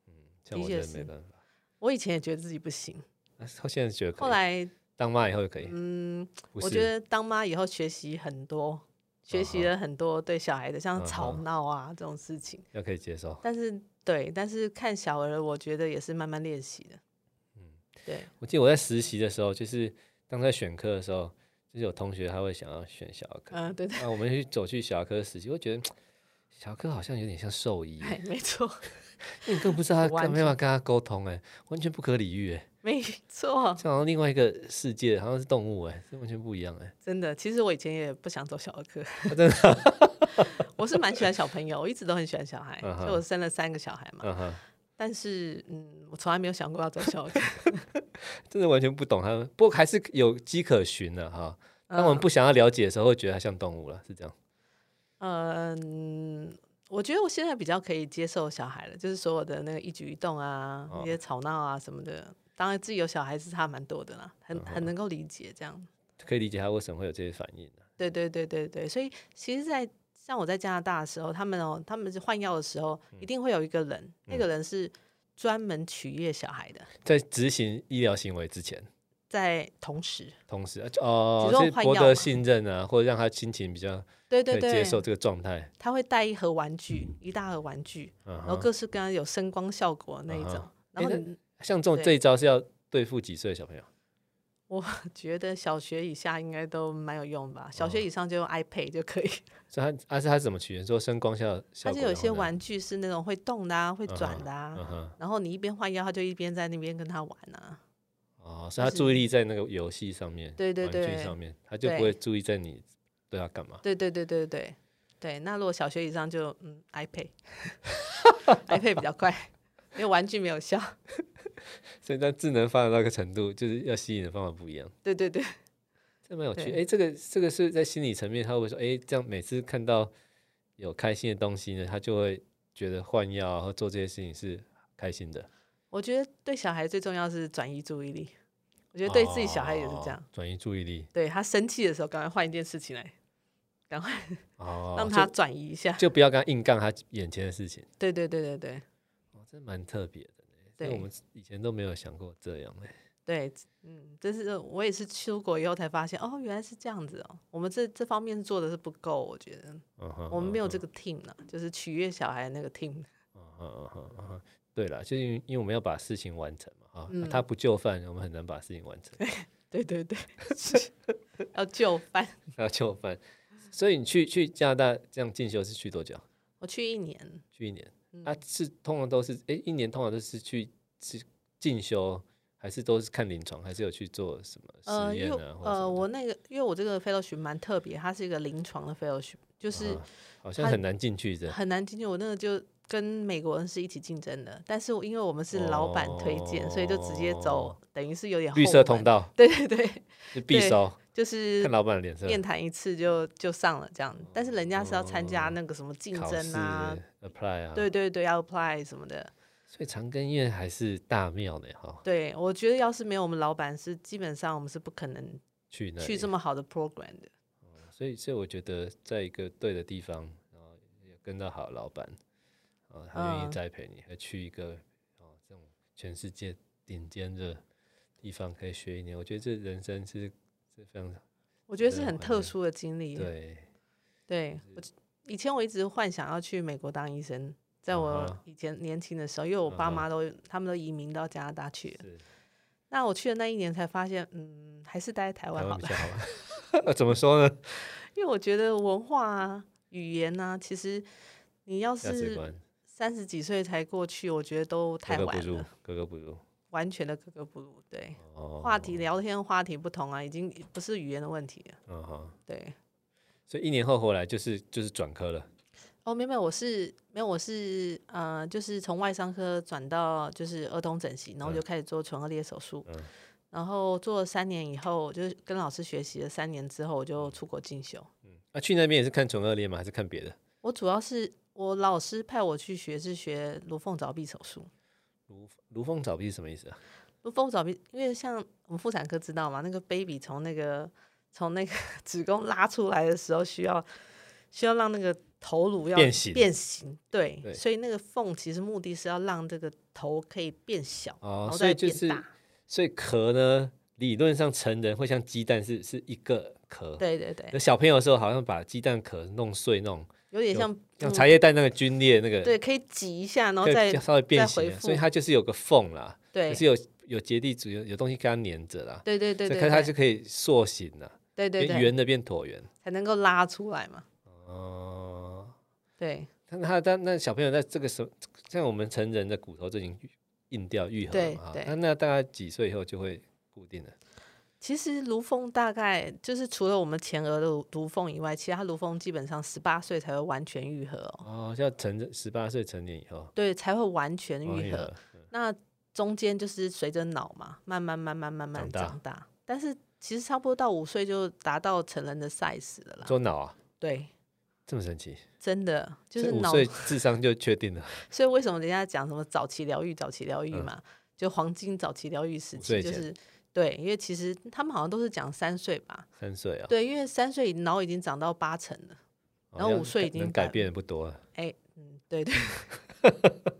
[SPEAKER 1] 嗯像
[SPEAKER 2] 的
[SPEAKER 1] 我
[SPEAKER 2] 确
[SPEAKER 1] 觉得没
[SPEAKER 2] 是
[SPEAKER 1] 办法。
[SPEAKER 2] 我以前也觉得自己不行，
[SPEAKER 1] 啊他现在觉得可
[SPEAKER 2] 后
[SPEAKER 1] 以，
[SPEAKER 2] 来
[SPEAKER 1] 当妈以后就可以，
[SPEAKER 2] 嗯，
[SPEAKER 1] 不
[SPEAKER 2] 我
[SPEAKER 1] 是
[SPEAKER 2] 觉得当妈以后学习很多，学
[SPEAKER 1] 嗯
[SPEAKER 2] 习
[SPEAKER 1] 哼
[SPEAKER 2] 了很多对小孩的
[SPEAKER 1] 嗯
[SPEAKER 2] 像
[SPEAKER 1] 哼
[SPEAKER 2] 吵闹啊、这种事情，
[SPEAKER 1] 要可以接受。
[SPEAKER 2] 但是对，但是看小儿，我觉得也是慢慢练习的。
[SPEAKER 1] 嗯
[SPEAKER 2] 嗯，对，
[SPEAKER 1] 我记得我在实习的时候，就是当在选课的时候，就是有同学他会想要选小儿科，
[SPEAKER 2] 嗯、对对，
[SPEAKER 1] 那、我们去走去小儿科实习，我觉得小儿科好像有点像兽医耶，
[SPEAKER 2] 哎没错，
[SPEAKER 1] 因为你根本不知道他
[SPEAKER 2] 完
[SPEAKER 1] 干没办法跟他沟通，哎，完全不可理喻，哎，
[SPEAKER 2] 没错，
[SPEAKER 1] 这好像另外一个世界，好像是动物，哎，这完全不一样，哎，
[SPEAKER 2] 真的。其实我以前也不想走小儿科，
[SPEAKER 1] 哦
[SPEAKER 2] 真的， 我是蛮喜欢小朋友，我一直都很喜欢小孩，
[SPEAKER 1] 嗯哼
[SPEAKER 2] 所以我生了三个小孩嘛。
[SPEAKER 1] 嗯哼，
[SPEAKER 2] 但是，嗯，我从来没有想过要走小儿科。
[SPEAKER 1] 真的完全不懂他们，不过还是有迹可循的哈。当我们不想要了解的时候，会觉得它像动物了，是这样。
[SPEAKER 2] 嗯，我觉得我现在比较可以接受小孩了，就是所有的那个一举一动啊，
[SPEAKER 1] 哦
[SPEAKER 2] 一些吵闹啊什么的。当然，自己有小孩是差蛮多的啦，
[SPEAKER 1] 嗯
[SPEAKER 2] 很很能够理解这样。
[SPEAKER 1] 可以理解他为什么会有这些反应、啊、
[SPEAKER 2] 对对对对对，所以其实在，像我在加拿大的时候，他们哦，他们是换药的时候，
[SPEAKER 1] 嗯
[SPEAKER 2] 一定会有一个人，那个人是专门取悦小孩的，
[SPEAKER 1] 在执行医疗行为之前，
[SPEAKER 2] 在同时，
[SPEAKER 1] 同时啊就哦，
[SPEAKER 2] 只是
[SPEAKER 1] 是
[SPEAKER 2] 换
[SPEAKER 1] 博
[SPEAKER 2] 药
[SPEAKER 1] 得
[SPEAKER 2] 嘛
[SPEAKER 1] 信任啊，或者让他心情比较
[SPEAKER 2] 对
[SPEAKER 1] 可
[SPEAKER 2] 对
[SPEAKER 1] 以接
[SPEAKER 2] 对，
[SPEAKER 1] 受这个状态。
[SPEAKER 2] 他会带一盒玩具，一大盒玩具，
[SPEAKER 1] 嗯
[SPEAKER 2] 然后
[SPEAKER 1] 哼，
[SPEAKER 2] 各式各样有声光效果那一
[SPEAKER 1] 嗯哼
[SPEAKER 2] 种。然后
[SPEAKER 1] 诶那
[SPEAKER 2] 你
[SPEAKER 1] 像这种
[SPEAKER 2] 对
[SPEAKER 1] 这一招是要对付几岁的小朋友？
[SPEAKER 2] 觉得小学以下应该都蛮有用吧？小学以上就用 iPad 就可以。
[SPEAKER 1] 所以他而、啊、是他是怎么取决说声光效效
[SPEAKER 2] 它
[SPEAKER 1] 果？
[SPEAKER 2] 就有一
[SPEAKER 1] 然后
[SPEAKER 2] 些
[SPEAKER 1] 呢，
[SPEAKER 2] 玩具是那种会动的啊，会
[SPEAKER 1] 嗯哼
[SPEAKER 2] 转的啊。
[SPEAKER 1] 嗯哼，
[SPEAKER 2] 然后你一边换药，他就一边在那边跟他玩啊。
[SPEAKER 1] 哦，所以他
[SPEAKER 2] 就是
[SPEAKER 1] 注意力在那个游戏上面，
[SPEAKER 2] 对对
[SPEAKER 1] 玩具
[SPEAKER 2] 对
[SPEAKER 1] 上面，他就
[SPEAKER 2] 对
[SPEAKER 1] 不会注意在你对他干嘛。
[SPEAKER 2] 对对对对对对。那如果小学以上就嗯 iPad，iPad 比较快，因为玩具没有效。
[SPEAKER 1] 所以在智能发展到一个程度，就是要吸引的方法不一样。
[SPEAKER 2] 对对对，
[SPEAKER 1] 这蛮有趣。
[SPEAKER 2] 对
[SPEAKER 1] 哎，这个这个是在心理层面，他会不会说，哎，这样每次看到有开心的东西呢，他就会觉得换药啊或做这些事情是开心的。
[SPEAKER 2] 我觉得对小孩最重要是转移注意力。我觉得对自己小孩也是这样，
[SPEAKER 1] 哦转移注意力
[SPEAKER 2] 对他生气的时候，赶快换一件事情来，赶快
[SPEAKER 1] 哦，
[SPEAKER 2] 让他
[SPEAKER 1] 就
[SPEAKER 2] 转移一下。
[SPEAKER 1] 就不要跟他硬杠他眼前的事情。
[SPEAKER 2] 对对对对对
[SPEAKER 1] 哦，这蛮特别的呢。这
[SPEAKER 2] 对。
[SPEAKER 1] 我们以前都没有想过这样哎。
[SPEAKER 2] 对，嗯，这是我也是出国以后才发现，哦，原来是这样子哦。我们这这方面做的是不够，我觉得
[SPEAKER 1] 嗯哼
[SPEAKER 2] 我们没有这
[SPEAKER 1] 个。
[SPEAKER 2] 个 team 呢、就是取悦小孩的那个 team。
[SPEAKER 1] 嗯哼嗯哼嗯哼对了，就是因为因为我们要把事情完成嘛，啊，
[SPEAKER 2] 嗯
[SPEAKER 1] 他不就范，我们很难把事情完成。
[SPEAKER 2] 对对对，要就范。
[SPEAKER 1] 要就范，所以你去去加拿大这样进修是去多久？
[SPEAKER 2] 我去一年，
[SPEAKER 1] 去一年，
[SPEAKER 2] 嗯
[SPEAKER 1] 啊，是通常都是诶，一年通常都是去是进修，还是都是看临床，还是有去做什么
[SPEAKER 2] 呃，
[SPEAKER 1] 实验
[SPEAKER 2] 因为
[SPEAKER 1] 啊？或者什
[SPEAKER 2] 呃，
[SPEAKER 1] 么
[SPEAKER 2] 我那个因为我这个 fellowship 蛮特别，它是一个临床的 fellowship，就
[SPEAKER 1] 的
[SPEAKER 2] 是
[SPEAKER 1] 啊好像
[SPEAKER 2] 它
[SPEAKER 1] 很难进去的。
[SPEAKER 2] 很难进去。我那个就跟美国人是一起竞争的，但是我因为我们是老板推荐，所以就直接走
[SPEAKER 1] 哦，
[SPEAKER 2] 等于是有点
[SPEAKER 1] 绿
[SPEAKER 2] 后
[SPEAKER 1] 色
[SPEAKER 2] 门
[SPEAKER 1] 通。道
[SPEAKER 2] 对对对，
[SPEAKER 1] 就必
[SPEAKER 2] 对
[SPEAKER 1] 收，
[SPEAKER 2] 就是
[SPEAKER 1] 看老板的脸色。
[SPEAKER 2] 面谈一次就就上了这样，但是人家是要参加那个什么竞
[SPEAKER 1] 哦考试
[SPEAKER 2] 争啊，
[SPEAKER 1] apply 啊，
[SPEAKER 2] 对，对对，要 apply 什么的。
[SPEAKER 1] 所以长庚医院还是大庙呢，哈，
[SPEAKER 2] 对，我觉得要是没有我们老板是，基本上我们是不可能
[SPEAKER 1] 去那
[SPEAKER 2] 去
[SPEAKER 1] 里啊
[SPEAKER 2] 这，么好的 program 的。
[SPEAKER 1] 所以所以我觉得在一个对的地方，然后也跟到好的老板，啊，他愿意
[SPEAKER 2] 嗯
[SPEAKER 1] 栽培你，还去一个哦这种全世界顶尖的地方可以学一年，我觉得这人生是是非常
[SPEAKER 2] 我觉得是
[SPEAKER 1] 对
[SPEAKER 2] 很
[SPEAKER 1] 我觉
[SPEAKER 2] 特
[SPEAKER 1] 得
[SPEAKER 2] 殊的经历。
[SPEAKER 1] 对，
[SPEAKER 2] 对，我以前我一直幻想要去美国当医生，在
[SPEAKER 1] 嗯
[SPEAKER 2] 我
[SPEAKER 1] 哼
[SPEAKER 2] 以前年轻的时候，因为我
[SPEAKER 1] 嗯
[SPEAKER 2] 爸
[SPEAKER 1] 哼
[SPEAKER 2] 妈都他们都移民到加拿大去了。
[SPEAKER 1] 是
[SPEAKER 2] 那我去的那一年才发现，嗯，还是待在台湾
[SPEAKER 1] 台
[SPEAKER 2] 好
[SPEAKER 1] 湾比
[SPEAKER 2] 了，
[SPEAKER 1] 较好玩。 怎么说呢？
[SPEAKER 2] 因为我觉得文化啊、语言啊，其实你要
[SPEAKER 1] 价值
[SPEAKER 2] 是
[SPEAKER 1] 观
[SPEAKER 2] 三十几岁才过去，我觉得都
[SPEAKER 1] 格
[SPEAKER 2] 太
[SPEAKER 1] 格不
[SPEAKER 2] 晚
[SPEAKER 1] 入
[SPEAKER 2] 了，，
[SPEAKER 1] 格格不入。
[SPEAKER 2] 完全的格格不入。对，
[SPEAKER 1] 哦，
[SPEAKER 2] 话题聊天话题不同啊，已经不是语言的问题了。
[SPEAKER 1] 嗯哈，
[SPEAKER 2] 对，
[SPEAKER 1] 所以一年后回来就是就是转科了。
[SPEAKER 2] 哦，没有没有，我是没有，我是呃，就是从外伤科转到就是儿童整形，然后就开始做唇腭裂手术，
[SPEAKER 1] 嗯
[SPEAKER 2] 然后做了三年以后，就是跟老师学习了三年之后，我就出国进修。
[SPEAKER 1] 啊，去那边也是看纯恶劣吗？还是看别的？
[SPEAKER 2] 我主要是我老师派我去学是学颅缝凿壁手术。
[SPEAKER 1] 如如凤爪壁是什么意思啊？
[SPEAKER 2] 不缝找病，因为像我们妇产科知道嘛，那个 baby 从那个从那个子宫拉出来的时候，需要需要让那个头颅要
[SPEAKER 1] 变形
[SPEAKER 2] 变形，对，
[SPEAKER 1] 对
[SPEAKER 2] 所以那个缝其实目的是要让这个头可以变小，然
[SPEAKER 1] 哦，
[SPEAKER 2] 后
[SPEAKER 1] 所
[SPEAKER 2] 再
[SPEAKER 1] 以就
[SPEAKER 2] 变
[SPEAKER 1] 是
[SPEAKER 2] 大。
[SPEAKER 1] 所以壳呢，理论上成人会像鸡蛋是是一个壳，
[SPEAKER 2] 对对对，
[SPEAKER 1] 那小朋友的时候好像把鸡蛋壳弄碎那种，
[SPEAKER 2] 有点
[SPEAKER 1] 有
[SPEAKER 2] 像
[SPEAKER 1] 像
[SPEAKER 2] 嗯
[SPEAKER 1] 茶叶蛋那个皲裂那个，
[SPEAKER 2] 对，可以挤一下，然后
[SPEAKER 1] 就
[SPEAKER 2] 再
[SPEAKER 1] 就稍微变形
[SPEAKER 2] 回
[SPEAKER 1] 了，所以
[SPEAKER 2] 复
[SPEAKER 1] 它就是有个缝啦，
[SPEAKER 2] 对
[SPEAKER 1] 可是有有结缔组，有有东西跟它粘着啦，
[SPEAKER 2] 对对对
[SPEAKER 1] 所以
[SPEAKER 2] 对，
[SPEAKER 1] 可是它
[SPEAKER 2] 对
[SPEAKER 1] 就可以塑形了，
[SPEAKER 2] 对对
[SPEAKER 1] 变
[SPEAKER 2] 对
[SPEAKER 1] 圆的变椭圆。
[SPEAKER 2] 才能够拉出来嘛。
[SPEAKER 1] 哦，
[SPEAKER 2] 对
[SPEAKER 1] 但他但那小朋友在这个时候，像我们成人的骨头就已经硬掉愈合了
[SPEAKER 2] 对
[SPEAKER 1] 嘛，哈
[SPEAKER 2] 对
[SPEAKER 1] 那那大概几岁以后就会固定了？
[SPEAKER 2] 其实颅缝大概就是除了我们前额的颅颅缝以外，其他颅缝基本上十八岁才会完全愈合哦，
[SPEAKER 1] 哦，要成人十八岁成年以后
[SPEAKER 2] 对，才会完全
[SPEAKER 1] 哦
[SPEAKER 2] 愈合。那中间就是随着脑嘛，慢慢慢慢慢慢
[SPEAKER 1] 长大
[SPEAKER 2] 长大，但是其实差不多到五岁就达到成人的 size 了啦。
[SPEAKER 1] 做脑啊，
[SPEAKER 2] 对，
[SPEAKER 1] 这么神奇，
[SPEAKER 2] 真的就是
[SPEAKER 1] 五
[SPEAKER 2] 脑，
[SPEAKER 1] 岁智商就确定了，
[SPEAKER 2] 所以为什么人家讲什么早期疗愈、早期疗愈
[SPEAKER 1] 嗯
[SPEAKER 2] 嘛，就黄金早期疗愈时
[SPEAKER 1] 五岁
[SPEAKER 2] 期，就
[SPEAKER 1] 前
[SPEAKER 2] 是对，因为其实他们好像都是讲三岁吧，
[SPEAKER 1] 三岁啊，
[SPEAKER 2] 对，因为三岁脑已经长到八成了，
[SPEAKER 1] 哦
[SPEAKER 2] 然后
[SPEAKER 1] 要
[SPEAKER 2] 五岁
[SPEAKER 1] 改
[SPEAKER 2] 已经
[SPEAKER 1] 能
[SPEAKER 2] 改
[SPEAKER 1] 改变的不多了，
[SPEAKER 2] 哎，嗯，对对。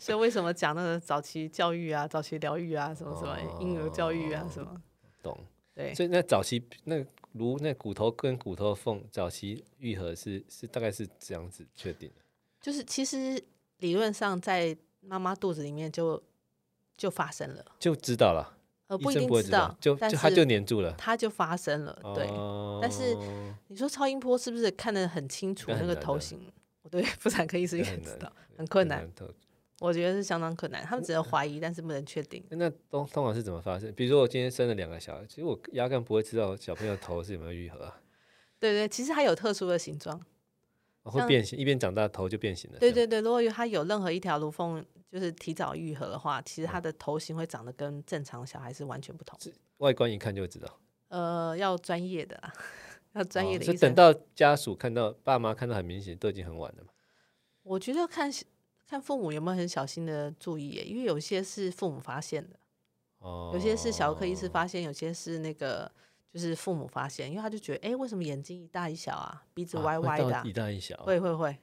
[SPEAKER 2] 所以为什么讲那个早期教育啊、早期疗愈啊、什么什么婴儿教育啊、什么？
[SPEAKER 1] 懂？
[SPEAKER 2] 对，
[SPEAKER 1] 哦所以那早期那如那骨头跟骨头缝早期愈合是是大概是这样子确定的，
[SPEAKER 2] 就是其实理论上在妈妈肚子里面就就发生了，
[SPEAKER 1] 就知道了，
[SPEAKER 2] 呃，
[SPEAKER 1] 医
[SPEAKER 2] 不一
[SPEAKER 1] 生
[SPEAKER 2] 定
[SPEAKER 1] 不会
[SPEAKER 2] 知
[SPEAKER 1] 知道
[SPEAKER 2] 道，，
[SPEAKER 1] 就
[SPEAKER 2] 但
[SPEAKER 1] 就是它就粘住了，
[SPEAKER 2] 它就发生了。对，但是
[SPEAKER 1] 哦
[SPEAKER 2] 你说超音波是不是看得很清楚
[SPEAKER 1] 应该很
[SPEAKER 2] 那个
[SPEAKER 1] 难
[SPEAKER 2] 头
[SPEAKER 1] 的
[SPEAKER 2] 型？我对妇产科医师
[SPEAKER 1] 应
[SPEAKER 2] 应
[SPEAKER 1] 该
[SPEAKER 2] 该
[SPEAKER 1] 很
[SPEAKER 2] 知
[SPEAKER 1] 难
[SPEAKER 2] 道，很困
[SPEAKER 1] 很
[SPEAKER 2] 难，
[SPEAKER 1] 难透
[SPEAKER 2] 我觉得是相当困难。他们只能怀疑，但是不能确定。
[SPEAKER 1] 那通通常是怎么发生？比如说我今天生了两个小孩，其实我压根不会知道小朋友头是有没有愈合 啊，
[SPEAKER 2] 对对，其实它有特殊的形状。
[SPEAKER 1] 哦会
[SPEAKER 2] 像
[SPEAKER 1] 变形，一边长大头就变形了。
[SPEAKER 2] 对
[SPEAKER 1] 这样，
[SPEAKER 2] 对对，如果有它有任何一条颅缝就是提早愈合的话，其实
[SPEAKER 1] 嗯
[SPEAKER 2] 它的头型会长得跟正常小孩是完全不同。
[SPEAKER 1] 外观一看就会知道。
[SPEAKER 2] 呃，要专业的啦，要专业
[SPEAKER 1] 哦
[SPEAKER 2] 的
[SPEAKER 1] 所
[SPEAKER 2] 医
[SPEAKER 1] 以
[SPEAKER 2] 生。
[SPEAKER 1] 等到家属看到、爸妈看到很明显，都已经很晚了嘛。
[SPEAKER 2] 我觉得看看父母有没有很小心的注意耶，因为有些是父母发现的，
[SPEAKER 1] 哦，
[SPEAKER 2] 有些是小儿科医师发现，有些是那个就是父母发现，因为他就觉得，哎，为什么眼睛一大一小啊，鼻子
[SPEAKER 1] 啊
[SPEAKER 2] 歪
[SPEAKER 1] 会
[SPEAKER 2] 歪
[SPEAKER 1] 到
[SPEAKER 2] 的啊、
[SPEAKER 1] 一大一小啊。
[SPEAKER 2] 会会会，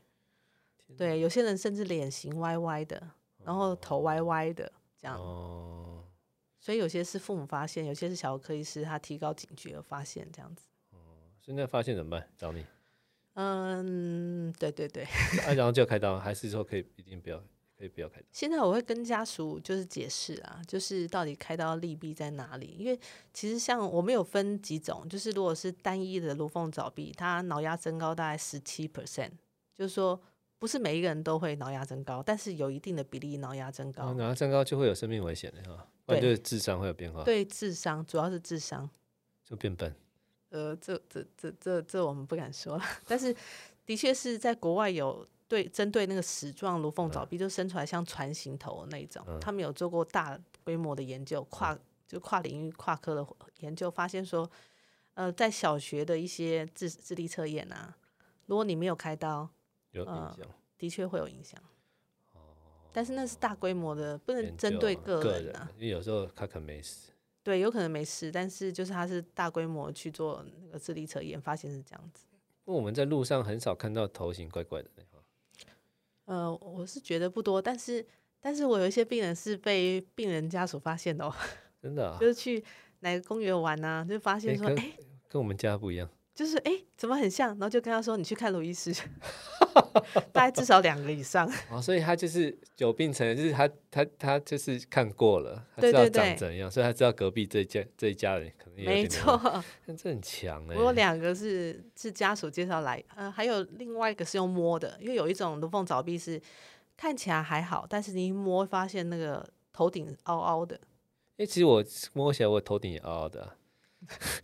[SPEAKER 2] 对，有些人甚至脸型歪歪的，然后头歪歪的这样。
[SPEAKER 1] 哦，
[SPEAKER 2] 所以有些是父母发现，有些是小儿科医师他提高警觉而发现这样子。
[SPEAKER 1] 现在发现怎么办？找你，
[SPEAKER 2] 嗯，对对 对。
[SPEAKER 1] 啊，然后就要开刀，还是说可以一定不要，可以不要开刀？
[SPEAKER 2] 现在我会跟家属就是解释啊，就是到底开刀利弊在哪里？因为其实像我们有分几种，就是如果是单一的颅缝早壁，它脑压增高大概十七 percent，就是说不是每一个人都会脑压增高，但是有一定的比例脑压增高。
[SPEAKER 1] 哦然后增高就会有生命危险的哈，不然
[SPEAKER 2] 对
[SPEAKER 1] 就是智商会有变化，
[SPEAKER 2] 对智商，主要是智商。
[SPEAKER 1] 就变笨。
[SPEAKER 2] 呃，这这这这这我们不敢说了， 但是的确是在国外有对针对那个矢状如凤爪
[SPEAKER 1] 嗯
[SPEAKER 2] 壁，就生出来像船形头的那一种，他们有做过大规模的研究，跨、
[SPEAKER 1] 嗯
[SPEAKER 2] 就跨领域跨科的研究，发现说，呃，在小学的一些智智力测验啊，如果你没有开刀，
[SPEAKER 1] 有影
[SPEAKER 2] 嗯
[SPEAKER 1] 响，
[SPEAKER 2] 的确会有影响。但是那是大规模的，不能
[SPEAKER 1] 哦研
[SPEAKER 2] 针
[SPEAKER 1] 究
[SPEAKER 2] 对
[SPEAKER 1] 啊
[SPEAKER 2] 个
[SPEAKER 1] 个
[SPEAKER 2] 人啊。
[SPEAKER 1] 因为有时候他可能没死，
[SPEAKER 2] 对，有可能没事，但是就是它是大规模去做那个智力测验，发现是这样子。
[SPEAKER 1] 因为我们在路上很少看到头型怪怪的那种，
[SPEAKER 2] 呃，我是觉得不多，但是但是我有一些病人是被病人家属发现的、哦，
[SPEAKER 1] 真的、啊
[SPEAKER 2] 就，是去哪个公园玩啊，就发现
[SPEAKER 1] 诶
[SPEAKER 2] 说，哎、
[SPEAKER 1] 跟跟我们家不一样，
[SPEAKER 2] 就是哎、诶怎么很像，然后就跟他说你去看卢 医师，大概至少两个以上，
[SPEAKER 1] 哦，所以他就是久病成人，就是他他他就是看过了，他
[SPEAKER 2] 对
[SPEAKER 1] 知道
[SPEAKER 2] 对对
[SPEAKER 1] 长怎样，所以他知道隔壁这一家这一家人可能也有
[SPEAKER 2] 没
[SPEAKER 1] 点那
[SPEAKER 2] 错
[SPEAKER 1] 个，。但这很强哎、
[SPEAKER 2] 我有两个是是家属介绍来，呃，还有另外一个是用摸的，因为有一种龙凤爪壁是看起来还好，但是你一摸会发现那个头顶凹凹的，
[SPEAKER 1] 因为其实我摸起来我头顶也凹凹的啊、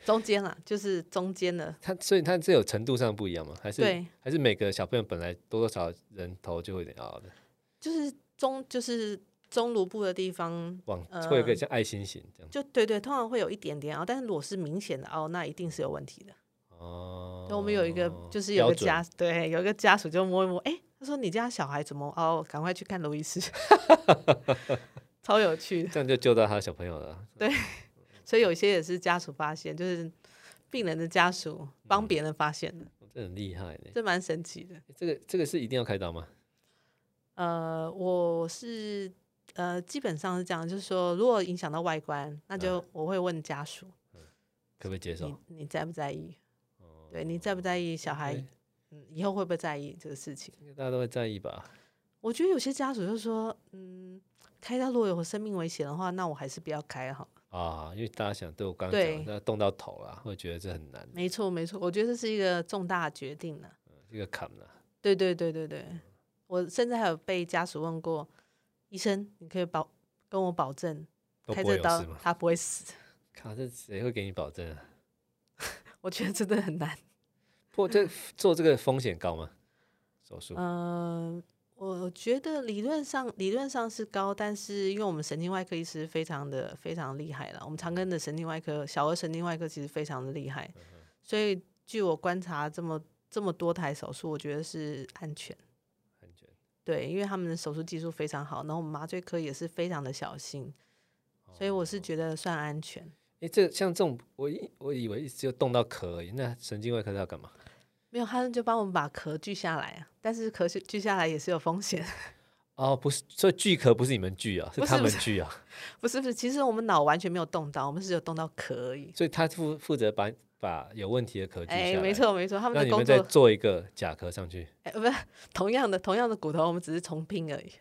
[SPEAKER 2] 中间啊，就是中间的，
[SPEAKER 1] 他所以他这有程度上不一样吗？还是
[SPEAKER 2] 对，
[SPEAKER 1] 还是每个小朋友本来多多少少人头就会有点凹凹的，
[SPEAKER 2] 就是中就是中颅部的地方，
[SPEAKER 1] 往
[SPEAKER 2] 呃
[SPEAKER 1] 会有个像爱心形这样
[SPEAKER 2] 就对对，通常会有一点点凹，但是裸是明显的凹，那一定是有问题的。
[SPEAKER 1] 哦
[SPEAKER 2] 那、。我们有一个就是有
[SPEAKER 1] 标
[SPEAKER 2] 个
[SPEAKER 1] 准
[SPEAKER 2] 家对有一个家属就摸一摸，哎，他说你家小孩怎么凹？赶快去看罗医师， 超有趣的。
[SPEAKER 1] 这样就救到他小朋友了。啊嗯
[SPEAKER 2] 所以有些也是家属发现，就是病人的家属帮别人发现的。
[SPEAKER 1] 我这很厉害呢。
[SPEAKER 2] 这蛮神奇的。
[SPEAKER 1] 这个这个是一定要开刀吗？
[SPEAKER 2] 呃，我是呃，基本上是这样，就是说，如果影响到外观，那
[SPEAKER 1] 嗯
[SPEAKER 2] 就我会问家属，
[SPEAKER 1] 可不可以接受？
[SPEAKER 2] 你你在不在意？
[SPEAKER 1] 哦
[SPEAKER 2] 对你在不在意小孩
[SPEAKER 1] OK？
[SPEAKER 2] 嗯，以后会不会在意这个事情？
[SPEAKER 1] 应该大家都会在意吧？
[SPEAKER 2] 我觉得有些家属就说，嗯，开刀如果有生命危险的话，那我还是不要开哈。
[SPEAKER 1] 啊，因为大家想，对我刚刚
[SPEAKER 2] 对
[SPEAKER 1] 讲，那动到头了，会觉得这很难，
[SPEAKER 2] 没错，没错，我觉得这是一个重大的决定呢、啊
[SPEAKER 1] 这个坎啊了。
[SPEAKER 2] 对对对对对，我甚至还有被家属问过，医生，你可以保跟我保证，
[SPEAKER 1] 都
[SPEAKER 2] 开
[SPEAKER 1] 不
[SPEAKER 2] 这
[SPEAKER 1] 会有
[SPEAKER 2] 刀
[SPEAKER 1] 事吗？
[SPEAKER 2] 他不会死。
[SPEAKER 1] 靠，这谁会给你保证啊？
[SPEAKER 2] 我觉得真的很难。
[SPEAKER 1] 不， 这做这个风险高吗？手术
[SPEAKER 2] 嗯、我觉得理论上理论上是高，但是因为我们神经外科医师非常的非常厉害了，我们长庚的神经外科、小儿神经外科其实非常的厉害，
[SPEAKER 1] 嗯
[SPEAKER 2] 所以据我观察，这么这么多台手术，我觉得是安全。
[SPEAKER 1] 安全，
[SPEAKER 2] 对，因为他们的手术技术非常好，然后我们麻醉科也是非常的小心，所以我
[SPEAKER 1] 哦
[SPEAKER 2] 是觉得算安全。
[SPEAKER 1] 哎，这像这种，我以我以为只有动到壳而已，那神经外科是要干嘛？
[SPEAKER 2] 没有，他们就帮我们把壳锯下来啊，但是壳锯锯下来也是有风险，
[SPEAKER 1] 哦，不是，所以锯壳不是你们锯啊，是
[SPEAKER 2] 不是
[SPEAKER 1] 他
[SPEAKER 2] 不
[SPEAKER 1] 们
[SPEAKER 2] 是
[SPEAKER 1] 锯啊，
[SPEAKER 2] 不是不是，其实我们脑完全没有动到，我们只有动到壳而已。
[SPEAKER 1] 所以他负负责把把有问题的壳锯下
[SPEAKER 2] 哎，
[SPEAKER 1] 来，
[SPEAKER 2] 没，错没错，他们
[SPEAKER 1] 让
[SPEAKER 2] 的
[SPEAKER 1] 你
[SPEAKER 2] 工
[SPEAKER 1] 们再
[SPEAKER 2] 作
[SPEAKER 1] 做一个假壳上去
[SPEAKER 2] 哎，不是同样的同样的骨头，我们只是重拼而已，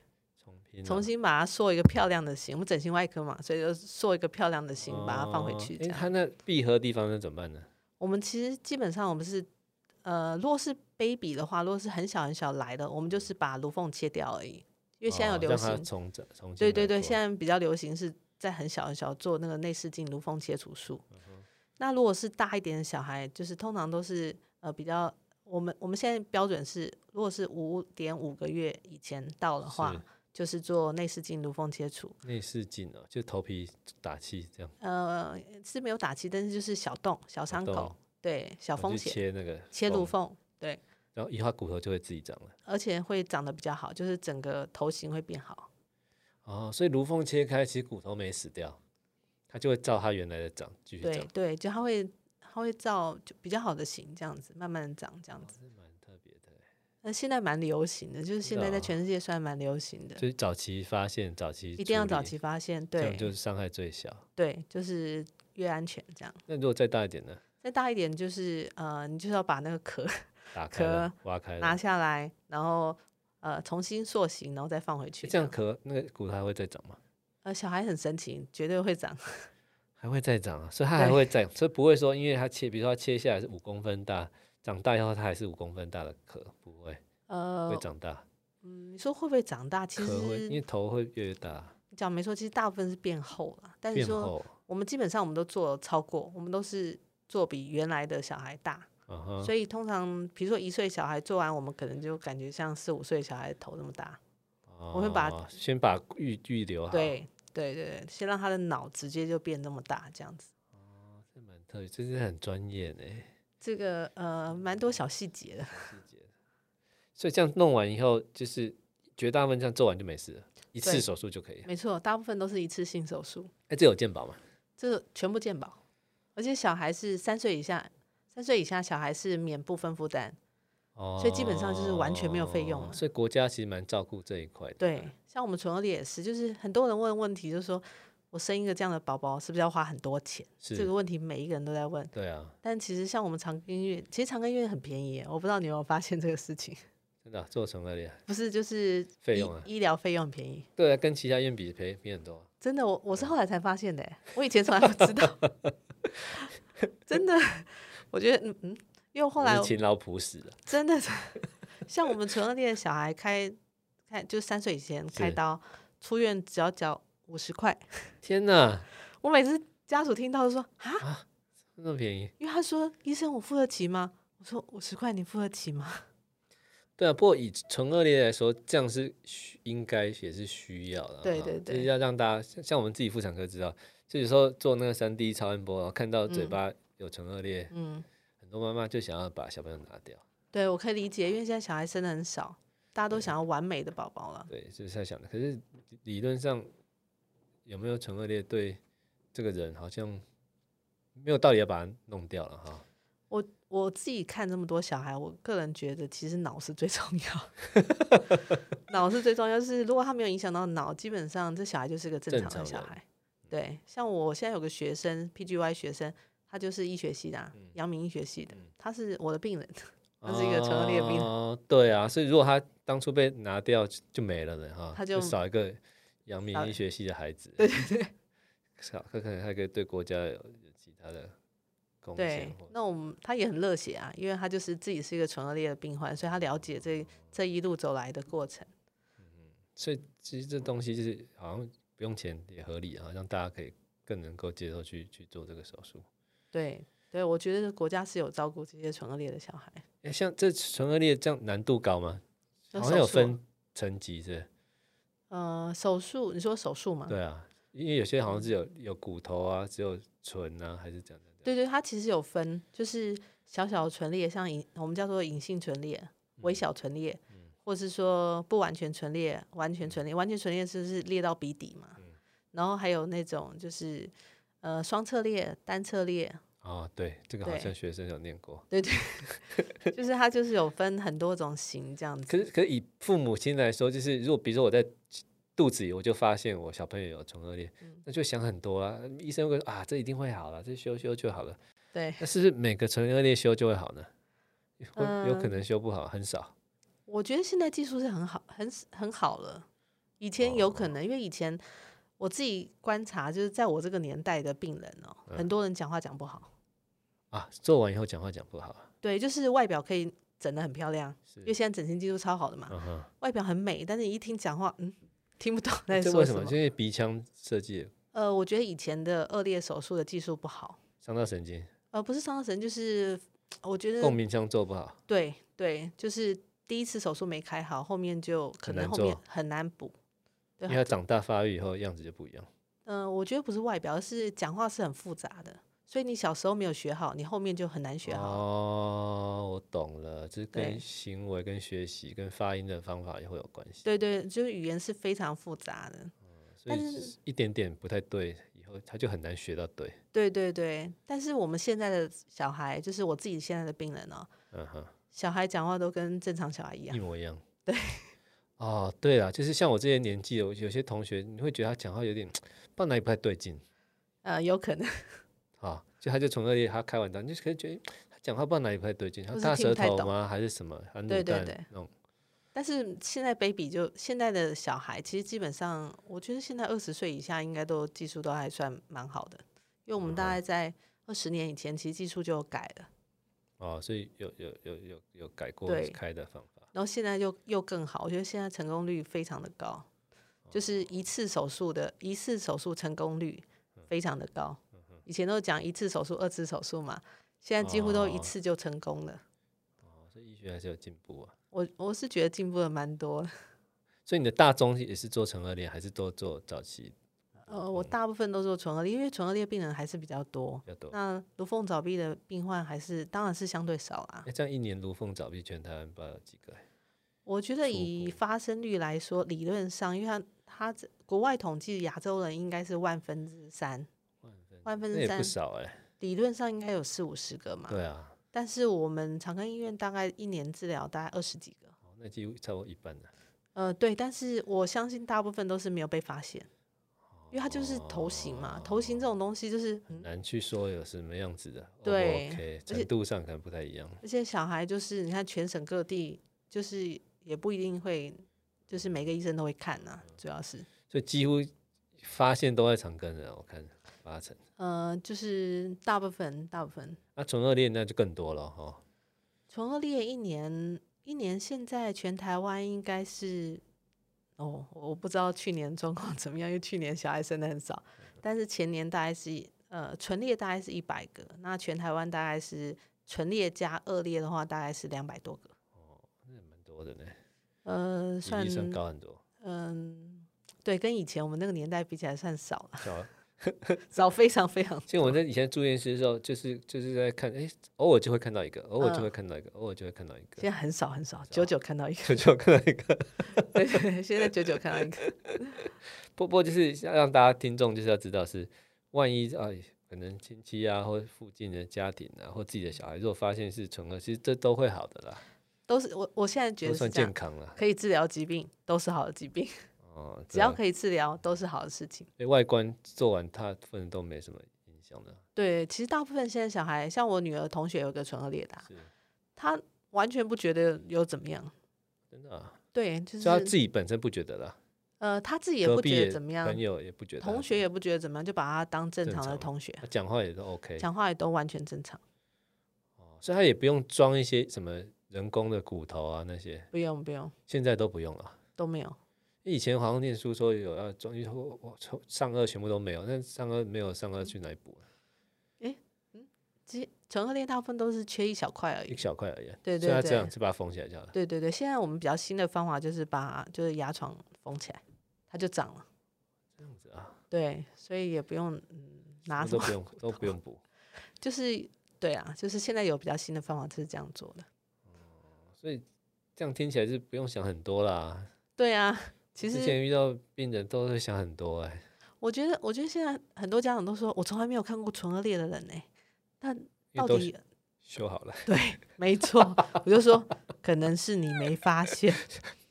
[SPEAKER 1] 重拼啊，
[SPEAKER 2] 重新把它塑一个漂亮的形。我们整形外科嘛，所以就塑一个漂亮的形，把它放回
[SPEAKER 1] 哦
[SPEAKER 2] 去。
[SPEAKER 1] 诶
[SPEAKER 2] 这样
[SPEAKER 1] 他那闭合的地方那怎么办呢？
[SPEAKER 2] 我们其实基本上我们是，呃，如果是 baby 的话，如果是很小很小来的，我们就是把颅缝切掉而已，因为现在有
[SPEAKER 1] 哦
[SPEAKER 2] 流
[SPEAKER 1] 让它
[SPEAKER 2] 行，
[SPEAKER 1] 重整重新
[SPEAKER 2] 对
[SPEAKER 1] 来
[SPEAKER 2] 对对，
[SPEAKER 1] 做
[SPEAKER 2] 现在比较流行是在很小很小做那个内视镜颅缝切除术。
[SPEAKER 1] 嗯
[SPEAKER 2] 那如果是大一点的小孩，就是通常都是呃比较，我们我们现在标准是，如果是五点五个月以前到的话
[SPEAKER 1] 是，
[SPEAKER 2] 就是做内视镜颅缝切除。
[SPEAKER 1] 内视镜哦，就头皮打气这样，
[SPEAKER 2] 呃，是没有打气，但是就是小洞、小伤口
[SPEAKER 1] 洞，
[SPEAKER 2] 对，小
[SPEAKER 1] 然后
[SPEAKER 2] 风
[SPEAKER 1] 就
[SPEAKER 2] 险，
[SPEAKER 1] 切那个
[SPEAKER 2] 切颅
[SPEAKER 1] 缝，
[SPEAKER 2] 缝，对。
[SPEAKER 1] 然后以后它骨头就会自己长了。
[SPEAKER 2] 而且会长得比较好，就是整个头型会变好。
[SPEAKER 1] 哦，所以颅缝切开，其实骨头没死掉，它就会照它原来的长继续
[SPEAKER 2] 对
[SPEAKER 1] 长，
[SPEAKER 2] 对，就它会它会照就比较好的型这样子，慢慢地长这样子。
[SPEAKER 1] 是哦蛮特别的。
[SPEAKER 2] 那现在蛮流行的，就是现在
[SPEAKER 1] 的
[SPEAKER 2] 在
[SPEAKER 1] 啊
[SPEAKER 2] 全世界算蛮流行的，
[SPEAKER 1] 所以早期发现，早期
[SPEAKER 2] 一定要
[SPEAKER 1] 处
[SPEAKER 2] 早
[SPEAKER 1] 理，
[SPEAKER 2] 期发现。
[SPEAKER 1] 这样
[SPEAKER 2] 对
[SPEAKER 1] 就是伤害最小。
[SPEAKER 2] 对，就是越安全这样。
[SPEAKER 1] 那如果再大一点呢？
[SPEAKER 2] 再大一点就是呃，你就是要把那个壳
[SPEAKER 1] 打开了挖开了
[SPEAKER 2] 拿，下来，然后呃重新塑形，然后再放回去。
[SPEAKER 1] 诶这样壳那个骨头还会再长吗？
[SPEAKER 2] 呃，小孩很神奇，绝对会长。
[SPEAKER 1] 还会再长啊，所以它还
[SPEAKER 2] 对
[SPEAKER 1] 会再，所以不会说，因为它切，比如说它切下来是五公分大，长大以后它还是五公分大的壳，不会
[SPEAKER 2] 呃
[SPEAKER 1] 会，长大，
[SPEAKER 2] 嗯你说会不会长大？其
[SPEAKER 1] 壳会因为
[SPEAKER 2] 实
[SPEAKER 1] 头会越来越大，
[SPEAKER 2] 讲没错，其实大部分是变厚了，但是
[SPEAKER 1] 变
[SPEAKER 2] 说
[SPEAKER 1] 厚，
[SPEAKER 2] 我们基本上我们都做超过，我们都是做比原来的小孩大，
[SPEAKER 1] 嗯哼，
[SPEAKER 2] 所以通常比如说一岁小孩做完，我们可能就感觉像四五岁小孩的头那么大。我会把
[SPEAKER 1] 哦先把预预留好，，
[SPEAKER 2] 对对对对，先让他的脑直接就变那么大，这样子。
[SPEAKER 1] 这蛮特别，这是很专业呢，
[SPEAKER 2] 这个呃，蛮多小细节的。
[SPEAKER 1] 细节。所以这样弄完以后，就是绝大部分这样做完就没事了，一次
[SPEAKER 2] 对
[SPEAKER 1] 手术就可以了。
[SPEAKER 2] 没错，大部分都是一次性手术，
[SPEAKER 1] 哎，这有健保吗？
[SPEAKER 2] 这个全部健保，而且小孩是三岁以下，三岁以下小孩是免部分负担。
[SPEAKER 1] 哦，
[SPEAKER 2] 所以基本上就是完全没有费用了
[SPEAKER 1] 所以国家其实蛮照顾这一块的。
[SPEAKER 2] 对，像我们唇腭裂也是，就是很多人问问题，就是说我生一个这样的宝宝是不是要花很多钱？
[SPEAKER 1] 是
[SPEAKER 2] 这个问题每一个人都在问。
[SPEAKER 1] 对啊，
[SPEAKER 2] 但其实像我们长庚医院，其实长庚医院很便宜耶，我不知道你有没有发现这个事情，
[SPEAKER 1] 真的啊做成了呀。
[SPEAKER 2] 不是就是
[SPEAKER 1] 费
[SPEAKER 2] 医
[SPEAKER 1] 用啊
[SPEAKER 2] 医疗费用很便宜，
[SPEAKER 1] 对啊，跟其他医院比赔赔很多。啊
[SPEAKER 2] 真的，我我
[SPEAKER 1] 嗯
[SPEAKER 2] 是后来才发现的耶，我以前从来不知 道，真的，我觉得嗯嗯，因为后
[SPEAKER 1] 我
[SPEAKER 2] 来
[SPEAKER 1] 是勤劳朴实的，
[SPEAKER 2] 真的是 像我们唇腭裂的小孩开开就三岁以前开
[SPEAKER 1] 是
[SPEAKER 2] 刀出院只要缴五十块，
[SPEAKER 1] 天哪，
[SPEAKER 2] 我每次家属听到就说啊，
[SPEAKER 1] 那么便宜。
[SPEAKER 2] 因为他说医生我付得起吗？我说五十块你付得起吗？
[SPEAKER 1] 对啊，不过以纯恶劣来说，这样是需应该也是需要的啊。
[SPEAKER 2] 对对
[SPEAKER 1] 就是
[SPEAKER 2] 对
[SPEAKER 1] 要让大家像像我们自己妇产科知道，就有时候做那个三 D 超音波，然后看到嘴
[SPEAKER 2] 嗯
[SPEAKER 1] 巴有唇腭裂，
[SPEAKER 2] 嗯。
[SPEAKER 1] 很多妈妈就想要把小朋友拿掉。
[SPEAKER 2] 对，我可以理解，因为现在小孩生的很少，大家都想要完美的宝宝了。
[SPEAKER 1] 对，就是在想的。可是理论上有没有唇腭裂对这个人好像没有道理要把它弄掉了哈。
[SPEAKER 2] 我我自己看这么多小孩，我个人觉得其实脑是最重要， 脑是最重要。就是如果他没有影响到脑，基本上这小孩就是个正常嗯的
[SPEAKER 1] 正常
[SPEAKER 2] 小
[SPEAKER 1] 人
[SPEAKER 2] 孩。对，像我现在有个学生，PGY 学生，他就是医学系的、啊，阳明医学系的，他是我的病人，他是一个成了列兵
[SPEAKER 1] 哦对啊，所以如果他当初被拿掉，就就没了的哈，
[SPEAKER 2] 他
[SPEAKER 1] 就
[SPEAKER 2] 就
[SPEAKER 1] 少一个阳明
[SPEAKER 2] 少
[SPEAKER 1] 医学系的孩子，
[SPEAKER 2] 对对对。
[SPEAKER 1] 少可可能还可以对国家有有其他的贡献
[SPEAKER 2] 对
[SPEAKER 1] 或。，
[SPEAKER 2] 那我们他也很热血啊，因为他就是自己是一个唇腭裂的病患，所以他了解这这一路走来的过程。
[SPEAKER 1] 所以其实这东西就是好像不用钱也合理啊，让大家可以更能够接受去去做这个手术。
[SPEAKER 2] 对对，我觉得国家是有照顾这些唇腭裂的小孩。
[SPEAKER 1] 哎、像这唇腭裂这样难度高吗？
[SPEAKER 2] 那
[SPEAKER 1] 好像有
[SPEAKER 2] 手术啊嗯
[SPEAKER 1] 分层级是不是
[SPEAKER 2] 呃，手术，你说手术吗？
[SPEAKER 1] 对啊，因为有些
[SPEAKER 2] 嗯
[SPEAKER 1] 好像是有有骨头啊，只有唇啊，还是这样的。
[SPEAKER 2] 对对，它其实有分，就是小小的唇裂，像隐我们叫做隐性唇裂、
[SPEAKER 1] 嗯
[SPEAKER 2] 微小唇裂，或是说不完全唇裂、完全唇裂。完全唇裂就是裂到鼻底嘛，
[SPEAKER 1] 嗯
[SPEAKER 2] 然后还有那种就是呃双侧裂、单侧裂，
[SPEAKER 1] 哦，对，这个好
[SPEAKER 2] 对
[SPEAKER 1] 像学生有念过。
[SPEAKER 2] 对对，就是它就是有分很多种型这样子。
[SPEAKER 1] 可是，可是以父母亲来说，就是如果比如说我在肚子里我就发现我小朋友有唇腭裂，
[SPEAKER 2] 嗯
[SPEAKER 1] 那就想很多啊。医生会说啊，这一定会好了，这修修就好了。
[SPEAKER 2] 对，
[SPEAKER 1] 那是不是每个唇腭裂修就会好呢？会有可
[SPEAKER 2] 嗯
[SPEAKER 1] 能修不好，很少。
[SPEAKER 2] 我觉得现在技术是很好、很很好了。以前有
[SPEAKER 1] 哦
[SPEAKER 2] 可能，因为以前我自己观察，就是在我这个年代的病人哦，
[SPEAKER 1] 嗯
[SPEAKER 2] 很多人讲话讲不好，
[SPEAKER 1] 啊，做完以后讲话讲不好啊，
[SPEAKER 2] 对，就是外表可以整得很漂亮，
[SPEAKER 1] 是
[SPEAKER 2] 因为现在整形技术超好的嘛，
[SPEAKER 1] 嗯哼，
[SPEAKER 2] 外表很美，但是你一听讲话，嗯，听不懂在
[SPEAKER 1] 这
[SPEAKER 2] 说
[SPEAKER 1] 为什
[SPEAKER 2] 什
[SPEAKER 1] 么？
[SPEAKER 2] 么
[SPEAKER 1] 就。是鼻腔设计
[SPEAKER 2] 呃，我觉得以前的恶劣手术的技术不好，
[SPEAKER 1] 伤到神经，
[SPEAKER 2] 呃，不是伤到神，就是我觉得
[SPEAKER 1] 共鸣腔做不好，
[SPEAKER 2] 对对，就是第一次手术没开好，后面就可
[SPEAKER 1] 很
[SPEAKER 2] 能
[SPEAKER 1] 难
[SPEAKER 2] 后面
[SPEAKER 1] 做
[SPEAKER 2] 很难补。对啊
[SPEAKER 1] 因为它长大发育以后样子就不一样。
[SPEAKER 2] 嗯、我觉得不是外表，而是讲话是很复杂的，所以你小时候没有学好，你后面就很难学好。
[SPEAKER 1] 哦，我懂了，这跟
[SPEAKER 2] 对
[SPEAKER 1] 行为、跟学习、跟发音的方法也会有关系。
[SPEAKER 2] 对对，就是语言是非常复杂的。
[SPEAKER 1] 所
[SPEAKER 2] 但
[SPEAKER 1] 以一点点不太对，以后他就很难学到对。
[SPEAKER 2] 对对对，但是我们现在的小孩，就是我自己现在的病人哦，
[SPEAKER 1] 嗯哼，
[SPEAKER 2] 小孩讲话都跟正常小孩一样
[SPEAKER 1] 一。模一样。对。 哦，对了，就是像我这些年纪，有有些同学，你会觉得他讲话有点，不知道哪里不太对劲
[SPEAKER 2] 呃，有可能
[SPEAKER 1] 啊。就他就从那里他开完刀，你就可以觉得诶他讲话不知道哪里不太对劲，他
[SPEAKER 2] 或是
[SPEAKER 1] 大
[SPEAKER 2] 听
[SPEAKER 1] 舌
[SPEAKER 2] 不太
[SPEAKER 1] 头
[SPEAKER 2] 懂
[SPEAKER 1] 吗？还是什么？他卤
[SPEAKER 2] 对对
[SPEAKER 1] 蛋
[SPEAKER 2] 对
[SPEAKER 1] 那种。
[SPEAKER 2] 但是现在 baby 就现在的小孩，其实基本上，我觉得现在二十岁以下应该都技术都还算蛮好的，因为我们大概在二十年以前，其实技术就有改了，
[SPEAKER 1] 哦，所以有有有有有改过
[SPEAKER 2] 对
[SPEAKER 1] 开的方法。
[SPEAKER 2] 然后现在又又更好，我觉得现在成功率非常的高，就是一次手术的一次手术成功率非常的高，以前都讲一次手术、二次手术嘛，现在几乎都一
[SPEAKER 1] 哦
[SPEAKER 2] 次就成功了。
[SPEAKER 1] 哦，所以医学还是有进步啊。
[SPEAKER 2] 我我是觉得进步了蛮多的，
[SPEAKER 1] 所以你的大宗也是做成二裂，还是多做早期
[SPEAKER 2] 呃，我大部分都做唇腭裂，因为唇腭裂病人还是比较多。
[SPEAKER 1] 比较多？
[SPEAKER 2] 那如凤爪壁的病患还是当然是相对少啊
[SPEAKER 1] 哎、。这样一年如凤爪壁全台湾不知道有几个欸、
[SPEAKER 2] 我觉得
[SPEAKER 1] 出
[SPEAKER 2] 以发生率来说，理论上，因为他他这国外统计亚洲人应该是万分之三，万分
[SPEAKER 1] 那
[SPEAKER 2] 之
[SPEAKER 1] 也不
[SPEAKER 2] 三，
[SPEAKER 1] 少哎、
[SPEAKER 2] 理论上应该有四五十个嘛。
[SPEAKER 1] 对啊，
[SPEAKER 2] 但是我们长庚医院大概一年治疗大概二十几个，
[SPEAKER 1] 哦那几乎差不多一半了。
[SPEAKER 2] 呃，对，但是我相信大部分都是没有被发现，因为它就是头型嘛，头型这种东西就是嗯
[SPEAKER 1] 很难去说有什么样子的。O 不
[SPEAKER 2] 对
[SPEAKER 1] OK，
[SPEAKER 2] 且
[SPEAKER 1] 程度上可能不太一样。
[SPEAKER 2] 而且小孩就是你看全省各地，就是也不一定会，就是每个医生都会看呐、主要是，
[SPEAKER 1] 所以几乎发现都在长庚的，我看八成。啊
[SPEAKER 2] 呃，就是大部分大部分
[SPEAKER 1] 那唇腭裂那就更多了哈。
[SPEAKER 2] 唇腭裂一年一年，现在全台湾应该是，哦，我不知道去年状况怎么样，因为去年小孩生的很少，
[SPEAKER 1] 嗯
[SPEAKER 2] 但是前年大概是呃唇裂大概是一百个，那全台湾大概是唇裂加恶裂的话，大概是两百多个，
[SPEAKER 1] 那也蛮多的呢，
[SPEAKER 2] 呃，
[SPEAKER 1] 比例
[SPEAKER 2] 算
[SPEAKER 1] 算高很 多。
[SPEAKER 2] 嗯，对，跟以前我们那个年代比起来算少了，
[SPEAKER 1] 小
[SPEAKER 2] 少非常非常。
[SPEAKER 1] 其实我在以前住院室的时候，就是就是在看，哎，偶尔就会看到一个，偶尔就
[SPEAKER 2] 嗯
[SPEAKER 1] 会看到一个，偶尔就会看到一个，
[SPEAKER 2] 现在很少很少，久久看到一 个，
[SPEAKER 1] 就就看到一个。
[SPEAKER 2] 对对对，现在久久看到一个，
[SPEAKER 1] 不不过就是要让大家听众就是要知道是，万一啊，哎可能亲戚啊，或附近的家庭啊，或自己的小孩，如果发现是唇腭，其实这都会好的啦，
[SPEAKER 2] 都是我我现在觉
[SPEAKER 1] 都
[SPEAKER 2] 得是
[SPEAKER 1] 算
[SPEAKER 2] 这
[SPEAKER 1] 健
[SPEAKER 2] 样，
[SPEAKER 1] 康啦。
[SPEAKER 2] 可以治疗疾病都是好的疾病，
[SPEAKER 1] 哦，
[SPEAKER 2] 只要
[SPEAKER 1] 对啊
[SPEAKER 2] 可以治疗都是好的事情。
[SPEAKER 1] 对外观做完大部分都没什么影响的，
[SPEAKER 2] 对，其实大部分现在小孩，像我女儿同学有一个唇腭裂打，
[SPEAKER 1] 是
[SPEAKER 2] 她完全不觉得有怎么样。
[SPEAKER 1] 真的啊，
[SPEAKER 2] 对，就
[SPEAKER 1] 所以他
[SPEAKER 2] 是
[SPEAKER 1] 自己本身不觉得啦，
[SPEAKER 2] 呃，她自己也
[SPEAKER 1] 隔
[SPEAKER 2] 不
[SPEAKER 1] 壁
[SPEAKER 2] 觉
[SPEAKER 1] 也
[SPEAKER 2] 得怎么样
[SPEAKER 1] 朋，友也不觉得，
[SPEAKER 2] 同学也不觉得怎么样，就把她当正
[SPEAKER 1] 啊正
[SPEAKER 2] 常的
[SPEAKER 1] 常
[SPEAKER 2] 同学，
[SPEAKER 1] 他讲话也都 OK，
[SPEAKER 2] 讲话也都完全正常，
[SPEAKER 1] 哦所以他也不用装一些什么人工的骨头啊那些，
[SPEAKER 2] 不用不用
[SPEAKER 1] 现在都不用了。
[SPEAKER 2] 都没有。
[SPEAKER 1] 以前好像念书说有要装，因为我我从上颚全部都没有，那上颚没有上颚去哪里补啊？
[SPEAKER 2] 其实唇腭裂大部分都是缺一小块而
[SPEAKER 1] 一
[SPEAKER 2] 已。
[SPEAKER 1] 小块而已啊。
[SPEAKER 2] 对
[SPEAKER 1] 所以
[SPEAKER 2] 对
[SPEAKER 1] 他这
[SPEAKER 2] 对
[SPEAKER 1] 样就把它缝起来就好了。
[SPEAKER 2] 对对对，现在我们比较新的方法就是把就是牙床缝起来，它就长了。
[SPEAKER 1] 这样子啊，
[SPEAKER 2] 对，所以也不用嗯拿什
[SPEAKER 1] 都
[SPEAKER 2] 么，
[SPEAKER 1] 不用都不用补，
[SPEAKER 2] 就是对啊，就是现在有比较新的方法就是这样做的。
[SPEAKER 1] 所以这样听起来是不用想很多啦。
[SPEAKER 2] 对啊，其
[SPEAKER 1] 之
[SPEAKER 2] 实
[SPEAKER 1] 前遇到病人都会想很多哎、
[SPEAKER 2] 我觉得，我觉得现在很多家长都说，我从来没有看过唇腭裂的人呢、但
[SPEAKER 1] 因
[SPEAKER 2] 到
[SPEAKER 1] 为都
[SPEAKER 2] 底
[SPEAKER 1] 修好了。
[SPEAKER 2] 对，没错，我就说，可能是你没发现，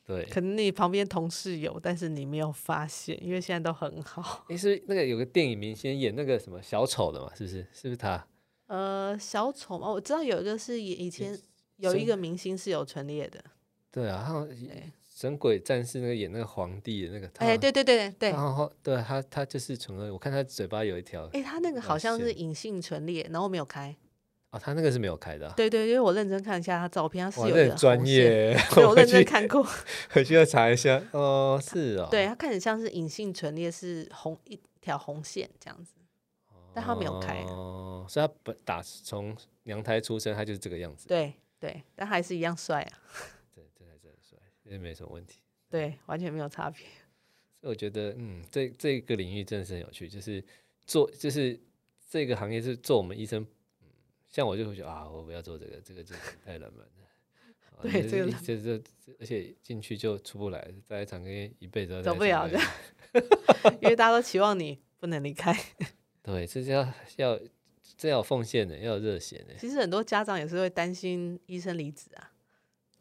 [SPEAKER 1] 对，
[SPEAKER 2] 可能你旁边同事有，但是你没有发现，因为现在都很好。
[SPEAKER 1] 诶，是不是那个有个电影明星演那个什么小丑的嘛？是不是？是不是他？
[SPEAKER 2] 呃，小丑嘛，我知道有一个是以以前有一
[SPEAKER 1] 神
[SPEAKER 2] 个明星是有唇裂的，
[SPEAKER 1] 对啊，他好像
[SPEAKER 2] 对
[SPEAKER 1] 神鬼战士那个演那个皇帝的那个，他
[SPEAKER 2] 哎，
[SPEAKER 1] 好像
[SPEAKER 2] 对对对对，
[SPEAKER 1] 然后对他，他就是唇腭，我看他嘴巴有一条，
[SPEAKER 2] 哎，他那个好
[SPEAKER 1] 老
[SPEAKER 2] 像是
[SPEAKER 1] 线
[SPEAKER 2] 隐性唇裂，然后没有开。
[SPEAKER 1] 哦，他那个是没有开的啊、
[SPEAKER 2] 对对，因为我认真看一下他照片，他
[SPEAKER 1] 哇，
[SPEAKER 2] 是有一
[SPEAKER 1] 那
[SPEAKER 2] 个
[SPEAKER 1] 很专
[SPEAKER 2] 红线，
[SPEAKER 1] 业，
[SPEAKER 2] 对我
[SPEAKER 1] 回
[SPEAKER 2] 认真
[SPEAKER 1] 去
[SPEAKER 2] 看过。
[SPEAKER 1] 回去要查一下。哦，是哦，
[SPEAKER 2] 对，它看起来像是隐性唇裂，是红一条红线这样子，但他没有开。啊
[SPEAKER 1] 哦，所以他本打从娘胎出生，他就是这个样子。
[SPEAKER 2] 对对，但还是一样帅啊，
[SPEAKER 1] 对，这还是很帅，也没什么问题。
[SPEAKER 2] 对，完全没有差别。
[SPEAKER 1] 所以我觉得，嗯，这这个领域真的是很有趣，就是做，就是这个行业是做我们医生，嗯，像我就会觉得啊，我不要做这个，这个真的是太冷门了。啊
[SPEAKER 2] 对
[SPEAKER 1] 就是
[SPEAKER 2] 这个
[SPEAKER 1] 一
[SPEAKER 2] 冷
[SPEAKER 1] 这这，这而且进去就出不来，在场跟一辈子都
[SPEAKER 2] 走
[SPEAKER 1] 在
[SPEAKER 2] 不
[SPEAKER 1] 场
[SPEAKER 2] 了
[SPEAKER 1] 跟
[SPEAKER 2] 的因为大家都期望你不能离 开。
[SPEAKER 1] 对，这是要要这要有奉献的，要有热血的。
[SPEAKER 2] 其实很多家长也是会担心医生离职啊，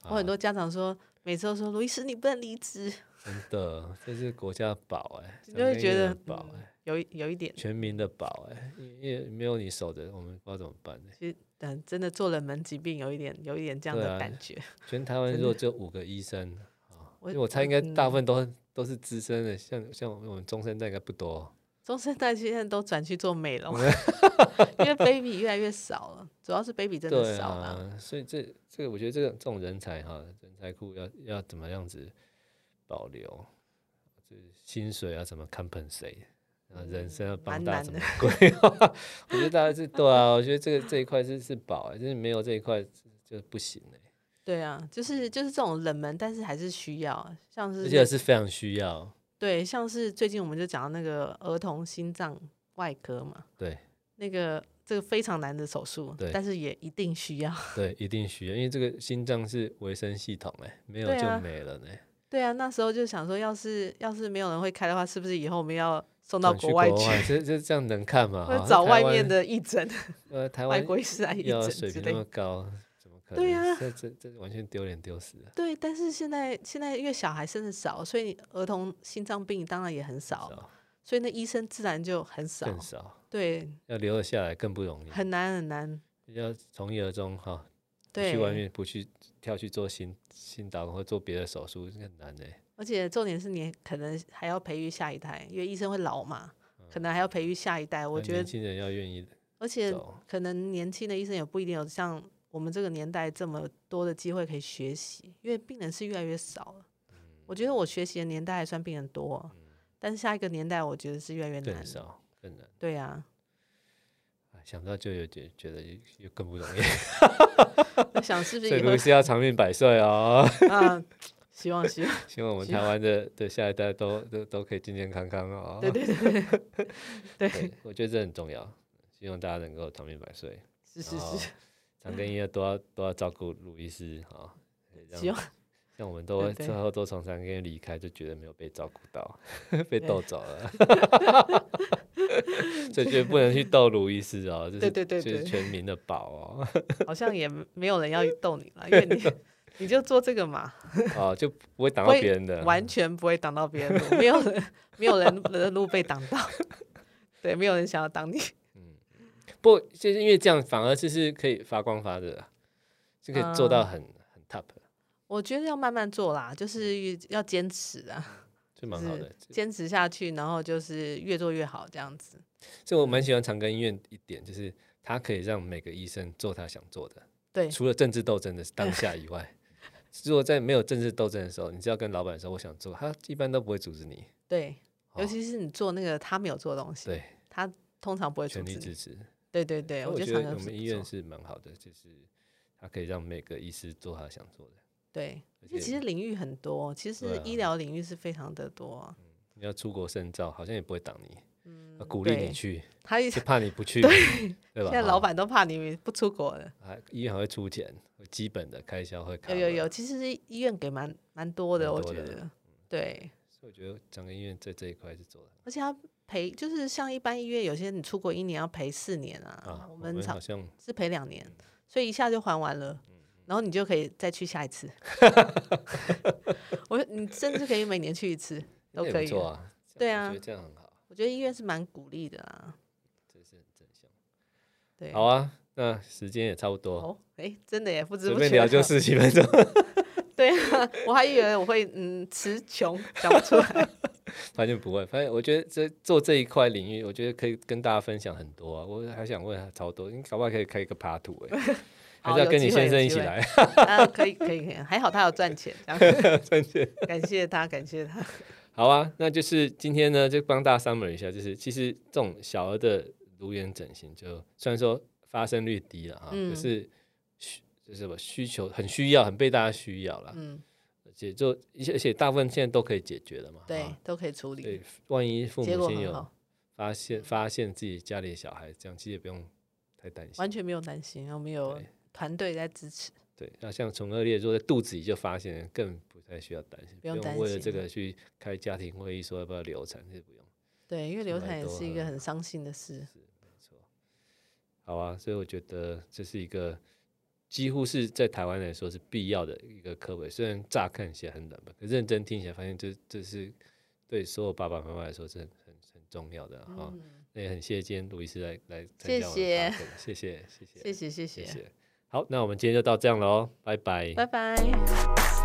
[SPEAKER 2] 我很
[SPEAKER 1] 啊
[SPEAKER 2] 多家长说，每次都说卢医师你不能离职，
[SPEAKER 1] 真的，这是国家的宝哎、
[SPEAKER 2] 你
[SPEAKER 1] 长
[SPEAKER 2] 就会
[SPEAKER 1] 庚医
[SPEAKER 2] 觉
[SPEAKER 1] 院
[SPEAKER 2] 得
[SPEAKER 1] 的宝哎、
[SPEAKER 2] 嗯有一有一点，
[SPEAKER 1] 全民的宝哎、因因为没有你守着，我们不知道怎么办呢、
[SPEAKER 2] 其实嗯，真的做冷门疾病有一点有一点这样
[SPEAKER 1] 对
[SPEAKER 2] 的
[SPEAKER 1] 啊
[SPEAKER 2] 感觉。
[SPEAKER 1] 全台湾
[SPEAKER 2] 真
[SPEAKER 1] 如果只有五个医生啊，
[SPEAKER 2] 我
[SPEAKER 1] 我我猜应该大
[SPEAKER 2] 嗯
[SPEAKER 1] 部分都、都是资深的，像像我们中生代应该不多哦。
[SPEAKER 2] 中生代现在都转去做美 容，因为 baby 越来越少了，主要是 baby 真的
[SPEAKER 1] 对
[SPEAKER 2] 少了。
[SPEAKER 1] 啊，所以这这个我觉得这个这种人才哈，人才库要要怎么样子保留，就是薪水要怎么 compensate，然后人生要帮
[SPEAKER 2] 蛮
[SPEAKER 1] 大家
[SPEAKER 2] 难
[SPEAKER 1] 怎
[SPEAKER 2] 的
[SPEAKER 1] 么规划， 我觉得大家是对啊，我觉得这个这一块是是宝、欸，就是没有这一块就不行哎、
[SPEAKER 2] 对啊，就是就是这种冷门，但是还是需要，啊像是
[SPEAKER 1] 而
[SPEAKER 2] 那
[SPEAKER 1] 且是非常需要，
[SPEAKER 2] 对，像是最近我们就讲到那个儿童心脏外科嘛，
[SPEAKER 1] 对
[SPEAKER 2] 那个这个非常难的手术
[SPEAKER 1] 对，
[SPEAKER 2] 但是也一定需要。
[SPEAKER 1] 对，一定需要，因为这个心脏是维生系统哎、没有
[SPEAKER 2] 对
[SPEAKER 1] 就
[SPEAKER 2] 啊
[SPEAKER 1] 没了呢、
[SPEAKER 2] 对啊，那时候就想说，要是要是没有人会开的话，是不是以后我们要送到国外去，
[SPEAKER 1] 去，这这这样能看 吗？
[SPEAKER 2] 或
[SPEAKER 1] 哈
[SPEAKER 2] 者找
[SPEAKER 1] 台
[SPEAKER 2] 外
[SPEAKER 1] 湾
[SPEAKER 2] 面的义诊、
[SPEAKER 1] 呃台
[SPEAKER 2] 外
[SPEAKER 1] 湾
[SPEAKER 2] 国医师来义
[SPEAKER 1] 要
[SPEAKER 2] 诊
[SPEAKER 1] 水
[SPEAKER 2] 之
[SPEAKER 1] 平那
[SPEAKER 2] 类
[SPEAKER 1] 么？高，怎么可能？
[SPEAKER 2] 对啊
[SPEAKER 1] 这这这完全丢脸丢死了。
[SPEAKER 2] 对，但是现在现在因为小孩生的少，所以儿童心脏病当然也很少，
[SPEAKER 1] 少
[SPEAKER 2] 所以那医生自然就很少，
[SPEAKER 1] 更少，
[SPEAKER 2] 对，
[SPEAKER 1] 要留得下来更不容易，
[SPEAKER 2] 啊很难很难。
[SPEAKER 1] 要从一而终哈。不
[SPEAKER 2] 对，
[SPEAKER 1] 去外面不去跳去做心心导管或做别的手术很难的、
[SPEAKER 2] 而且重点是你可能还要培育下一代，因为医生会老嘛，可能还要培育下一代。我
[SPEAKER 1] 欸那嗯
[SPEAKER 2] 觉
[SPEAKER 1] 年
[SPEAKER 2] 得，
[SPEAKER 1] 轻人要愿意
[SPEAKER 2] 而且
[SPEAKER 1] 走
[SPEAKER 2] 可能年轻的医生也不一定有像我们这个年代这么多的机会可以学习，因为病人是越来越少了。
[SPEAKER 1] 嗯
[SPEAKER 2] 我觉得我学习的年代还算病人多，但是下一个年代我觉得是越来越难
[SPEAKER 1] 更。嗯少更难。
[SPEAKER 2] 对啊，
[SPEAKER 1] 哎想不到就有觉觉得又又更不容易，
[SPEAKER 2] 我想是不
[SPEAKER 1] 所
[SPEAKER 2] 是
[SPEAKER 1] 以
[SPEAKER 2] 以
[SPEAKER 1] 卢
[SPEAKER 2] 后
[SPEAKER 1] 是要长命百岁 哦。
[SPEAKER 2] 啊？希望 希望，
[SPEAKER 1] 希望我们
[SPEAKER 2] 希
[SPEAKER 1] 台湾的的下一代都都都可以健健康康哦。
[SPEAKER 2] 对对对对对，
[SPEAKER 1] 对，我觉得这很重要，希望大家能够长命百岁。
[SPEAKER 2] 是是
[SPEAKER 1] 哦
[SPEAKER 2] 是，
[SPEAKER 1] 长庚医院都要都要照顾鲁医师啊，
[SPEAKER 2] 希望
[SPEAKER 1] 像我们都会
[SPEAKER 2] 对对
[SPEAKER 1] 最后都从长庚医院 离开，就觉得没有被照顾到，被
[SPEAKER 2] 对
[SPEAKER 1] 逗走了。 所以就不能去逗卢医师 哦，这是
[SPEAKER 2] 对对对
[SPEAKER 1] 这是
[SPEAKER 2] 对
[SPEAKER 1] 全民的宝哦，
[SPEAKER 2] 好像也没有人要逗你了，因为你你就做这个嘛，
[SPEAKER 1] 哦就不会挡
[SPEAKER 2] 不
[SPEAKER 1] 到
[SPEAKER 2] 会
[SPEAKER 1] 别人的，
[SPEAKER 2] 完全不会挡到别人的路，没有人 没有人的路被挡到， 对，没有人想要挡你，
[SPEAKER 1] 不，就是因为这样反而就是可以发光发热啊，就可以做到
[SPEAKER 2] 啊
[SPEAKER 1] 很、很 top，
[SPEAKER 2] 我觉得要慢慢做啦，就是要坚持啊，
[SPEAKER 1] 就蛮好的。
[SPEAKER 2] 坚持下去，然后就是越做越好这样子。
[SPEAKER 1] 所以我蛮喜欢长庚医院一点，就是它可以让每个医生做他想做的，
[SPEAKER 2] 对，
[SPEAKER 1] 除了政治斗争的当下以外，如果在没有政治斗争的时候，你只要跟老板说我想做，他一般都不会阻止你，
[SPEAKER 2] 对，
[SPEAKER 1] 哦
[SPEAKER 2] 尤其是你做那个他没有做的东西，
[SPEAKER 1] 对，
[SPEAKER 2] 他通常不会阻
[SPEAKER 1] 全力
[SPEAKER 2] 止
[SPEAKER 1] 支
[SPEAKER 2] 你。
[SPEAKER 1] 持。
[SPEAKER 2] 对对对，
[SPEAKER 1] 那我
[SPEAKER 2] 觉
[SPEAKER 1] 觉得
[SPEAKER 2] 得长
[SPEAKER 1] 我
[SPEAKER 2] 庚是
[SPEAKER 1] 们
[SPEAKER 2] 不
[SPEAKER 1] 医院
[SPEAKER 2] 错
[SPEAKER 1] 是蛮好的，就是它可以让每个医师做他想做的。
[SPEAKER 2] 对，
[SPEAKER 1] 而
[SPEAKER 2] 因为其
[SPEAKER 1] 且
[SPEAKER 2] 实领域很多，其实
[SPEAKER 1] 对啊嗯
[SPEAKER 2] 医疗领域是非常的多啊、
[SPEAKER 1] 你要出国深造，好像也不会挡你，
[SPEAKER 2] 嗯
[SPEAKER 1] 啊鼓励
[SPEAKER 2] 对
[SPEAKER 1] 你去，
[SPEAKER 2] 他一
[SPEAKER 1] 就
[SPEAKER 2] 现
[SPEAKER 1] 怕你 不去，对吧？嗯
[SPEAKER 2] 在
[SPEAKER 1] 哈
[SPEAKER 2] 老板都怕你不出国了。
[SPEAKER 1] 还医院还会出钱，基本的开销会 cover。
[SPEAKER 2] 有有有，其实医院给蛮蛮多的，
[SPEAKER 1] 蛮
[SPEAKER 2] 我
[SPEAKER 1] 多
[SPEAKER 2] 觉
[SPEAKER 1] 的嗯
[SPEAKER 2] 得。对，
[SPEAKER 1] 所以我觉得整个医院在这一块是做的很
[SPEAKER 2] 而且他赔就是像一般医院，有些你出国一年要赔四年啊，
[SPEAKER 1] 好啊。
[SPEAKER 2] 我
[SPEAKER 1] 我嗯
[SPEAKER 2] 们
[SPEAKER 1] 们
[SPEAKER 2] 常
[SPEAKER 1] 好像
[SPEAKER 2] 是赔两年，所以一下就还完了，
[SPEAKER 1] 嗯
[SPEAKER 2] 然后你就可以再去下一次。 我说你甚至可以每年去一 次
[SPEAKER 1] 那
[SPEAKER 2] 都
[SPEAKER 1] 也
[SPEAKER 2] 可
[SPEAKER 1] 不
[SPEAKER 2] 以。
[SPEAKER 1] 错啊。
[SPEAKER 2] 对
[SPEAKER 1] 这样
[SPEAKER 2] 啊
[SPEAKER 1] 我觉得这样很好，
[SPEAKER 2] 我觉得医院是蛮鼓励的啦。
[SPEAKER 1] 这是很正向。
[SPEAKER 2] 对，
[SPEAKER 1] 好啊，那时间也差不多，
[SPEAKER 2] 哦，哎，真的耶，不知
[SPEAKER 1] 随
[SPEAKER 2] 不
[SPEAKER 1] 便
[SPEAKER 2] 觉
[SPEAKER 1] 聊就
[SPEAKER 2] 了
[SPEAKER 1] 四十几分钟，
[SPEAKER 2] 对啊，我还以为我会嗯词穷讲不出来。
[SPEAKER 1] 反正不会。反正我觉得这做这一块领域，我觉得可以跟大家分享很多啊。我还想问他超多，你搞不好可以开一个爬图 哎，还
[SPEAKER 2] 好
[SPEAKER 1] 是要
[SPEAKER 2] 有
[SPEAKER 1] 跟你
[SPEAKER 2] 机会
[SPEAKER 1] 先
[SPEAKER 2] 有
[SPEAKER 1] 生一
[SPEAKER 2] 机
[SPEAKER 1] 起
[SPEAKER 2] 会
[SPEAKER 1] 来
[SPEAKER 2] 啊，可以可以，可以，还好他有赚钱，这样
[SPEAKER 1] 赚钱。
[SPEAKER 2] 感谢他，感谢他。
[SPEAKER 1] 好啊，那就是今天呢，就帮大家 summary 一下，就是其实这种小儿的乳眼整形就，虽然说发生率低了哈，
[SPEAKER 2] 嗯
[SPEAKER 1] 可是需就是什么需求很需要，很被大家需要啦，
[SPEAKER 2] 嗯，
[SPEAKER 1] 而且就而且而且大部分现在都可以解决了嘛，
[SPEAKER 2] 对
[SPEAKER 1] 啊，
[SPEAKER 2] 都可以处
[SPEAKER 1] 对
[SPEAKER 2] 理，，
[SPEAKER 1] 万一父
[SPEAKER 2] 结
[SPEAKER 1] 母
[SPEAKER 2] 果
[SPEAKER 1] 亲
[SPEAKER 2] 很
[SPEAKER 1] 有
[SPEAKER 2] 好，
[SPEAKER 1] 发现发现自己家里的小孩这样，其实也不用太担心
[SPEAKER 2] 完。全没有担心，我们有
[SPEAKER 1] 对
[SPEAKER 2] 团队在支持。
[SPEAKER 1] 对，那像唇腭裂，如果在肚子里就发现，更不太需要担心，
[SPEAKER 2] 不用担
[SPEAKER 1] 为了
[SPEAKER 2] 心
[SPEAKER 1] 这个去开家庭会议说要不要流产，这不用。
[SPEAKER 2] 对，因为流
[SPEAKER 1] 出来
[SPEAKER 2] 产也
[SPEAKER 1] 都
[SPEAKER 2] 是一个
[SPEAKER 1] 很
[SPEAKER 2] 很伤心的事。
[SPEAKER 1] 好啊，所以我觉得这是一个几乎是在台湾来说是必要的一个科委，虽然乍看起来很冷门，可认真听起来发现这这是对所有爸爸妈妈来说是很很很重要的啊哈。
[SPEAKER 2] 嗯，
[SPEAKER 1] 那、也很谢谢今天卢医师来来参
[SPEAKER 2] 谢
[SPEAKER 1] 加我
[SPEAKER 2] 谢
[SPEAKER 1] 的 podcast，谢谢谢谢
[SPEAKER 2] 谢谢谢
[SPEAKER 1] 谢
[SPEAKER 2] 谢，
[SPEAKER 1] 哦谢。好，那我们今天就到这样喽，拜拜。
[SPEAKER 2] 拜拜。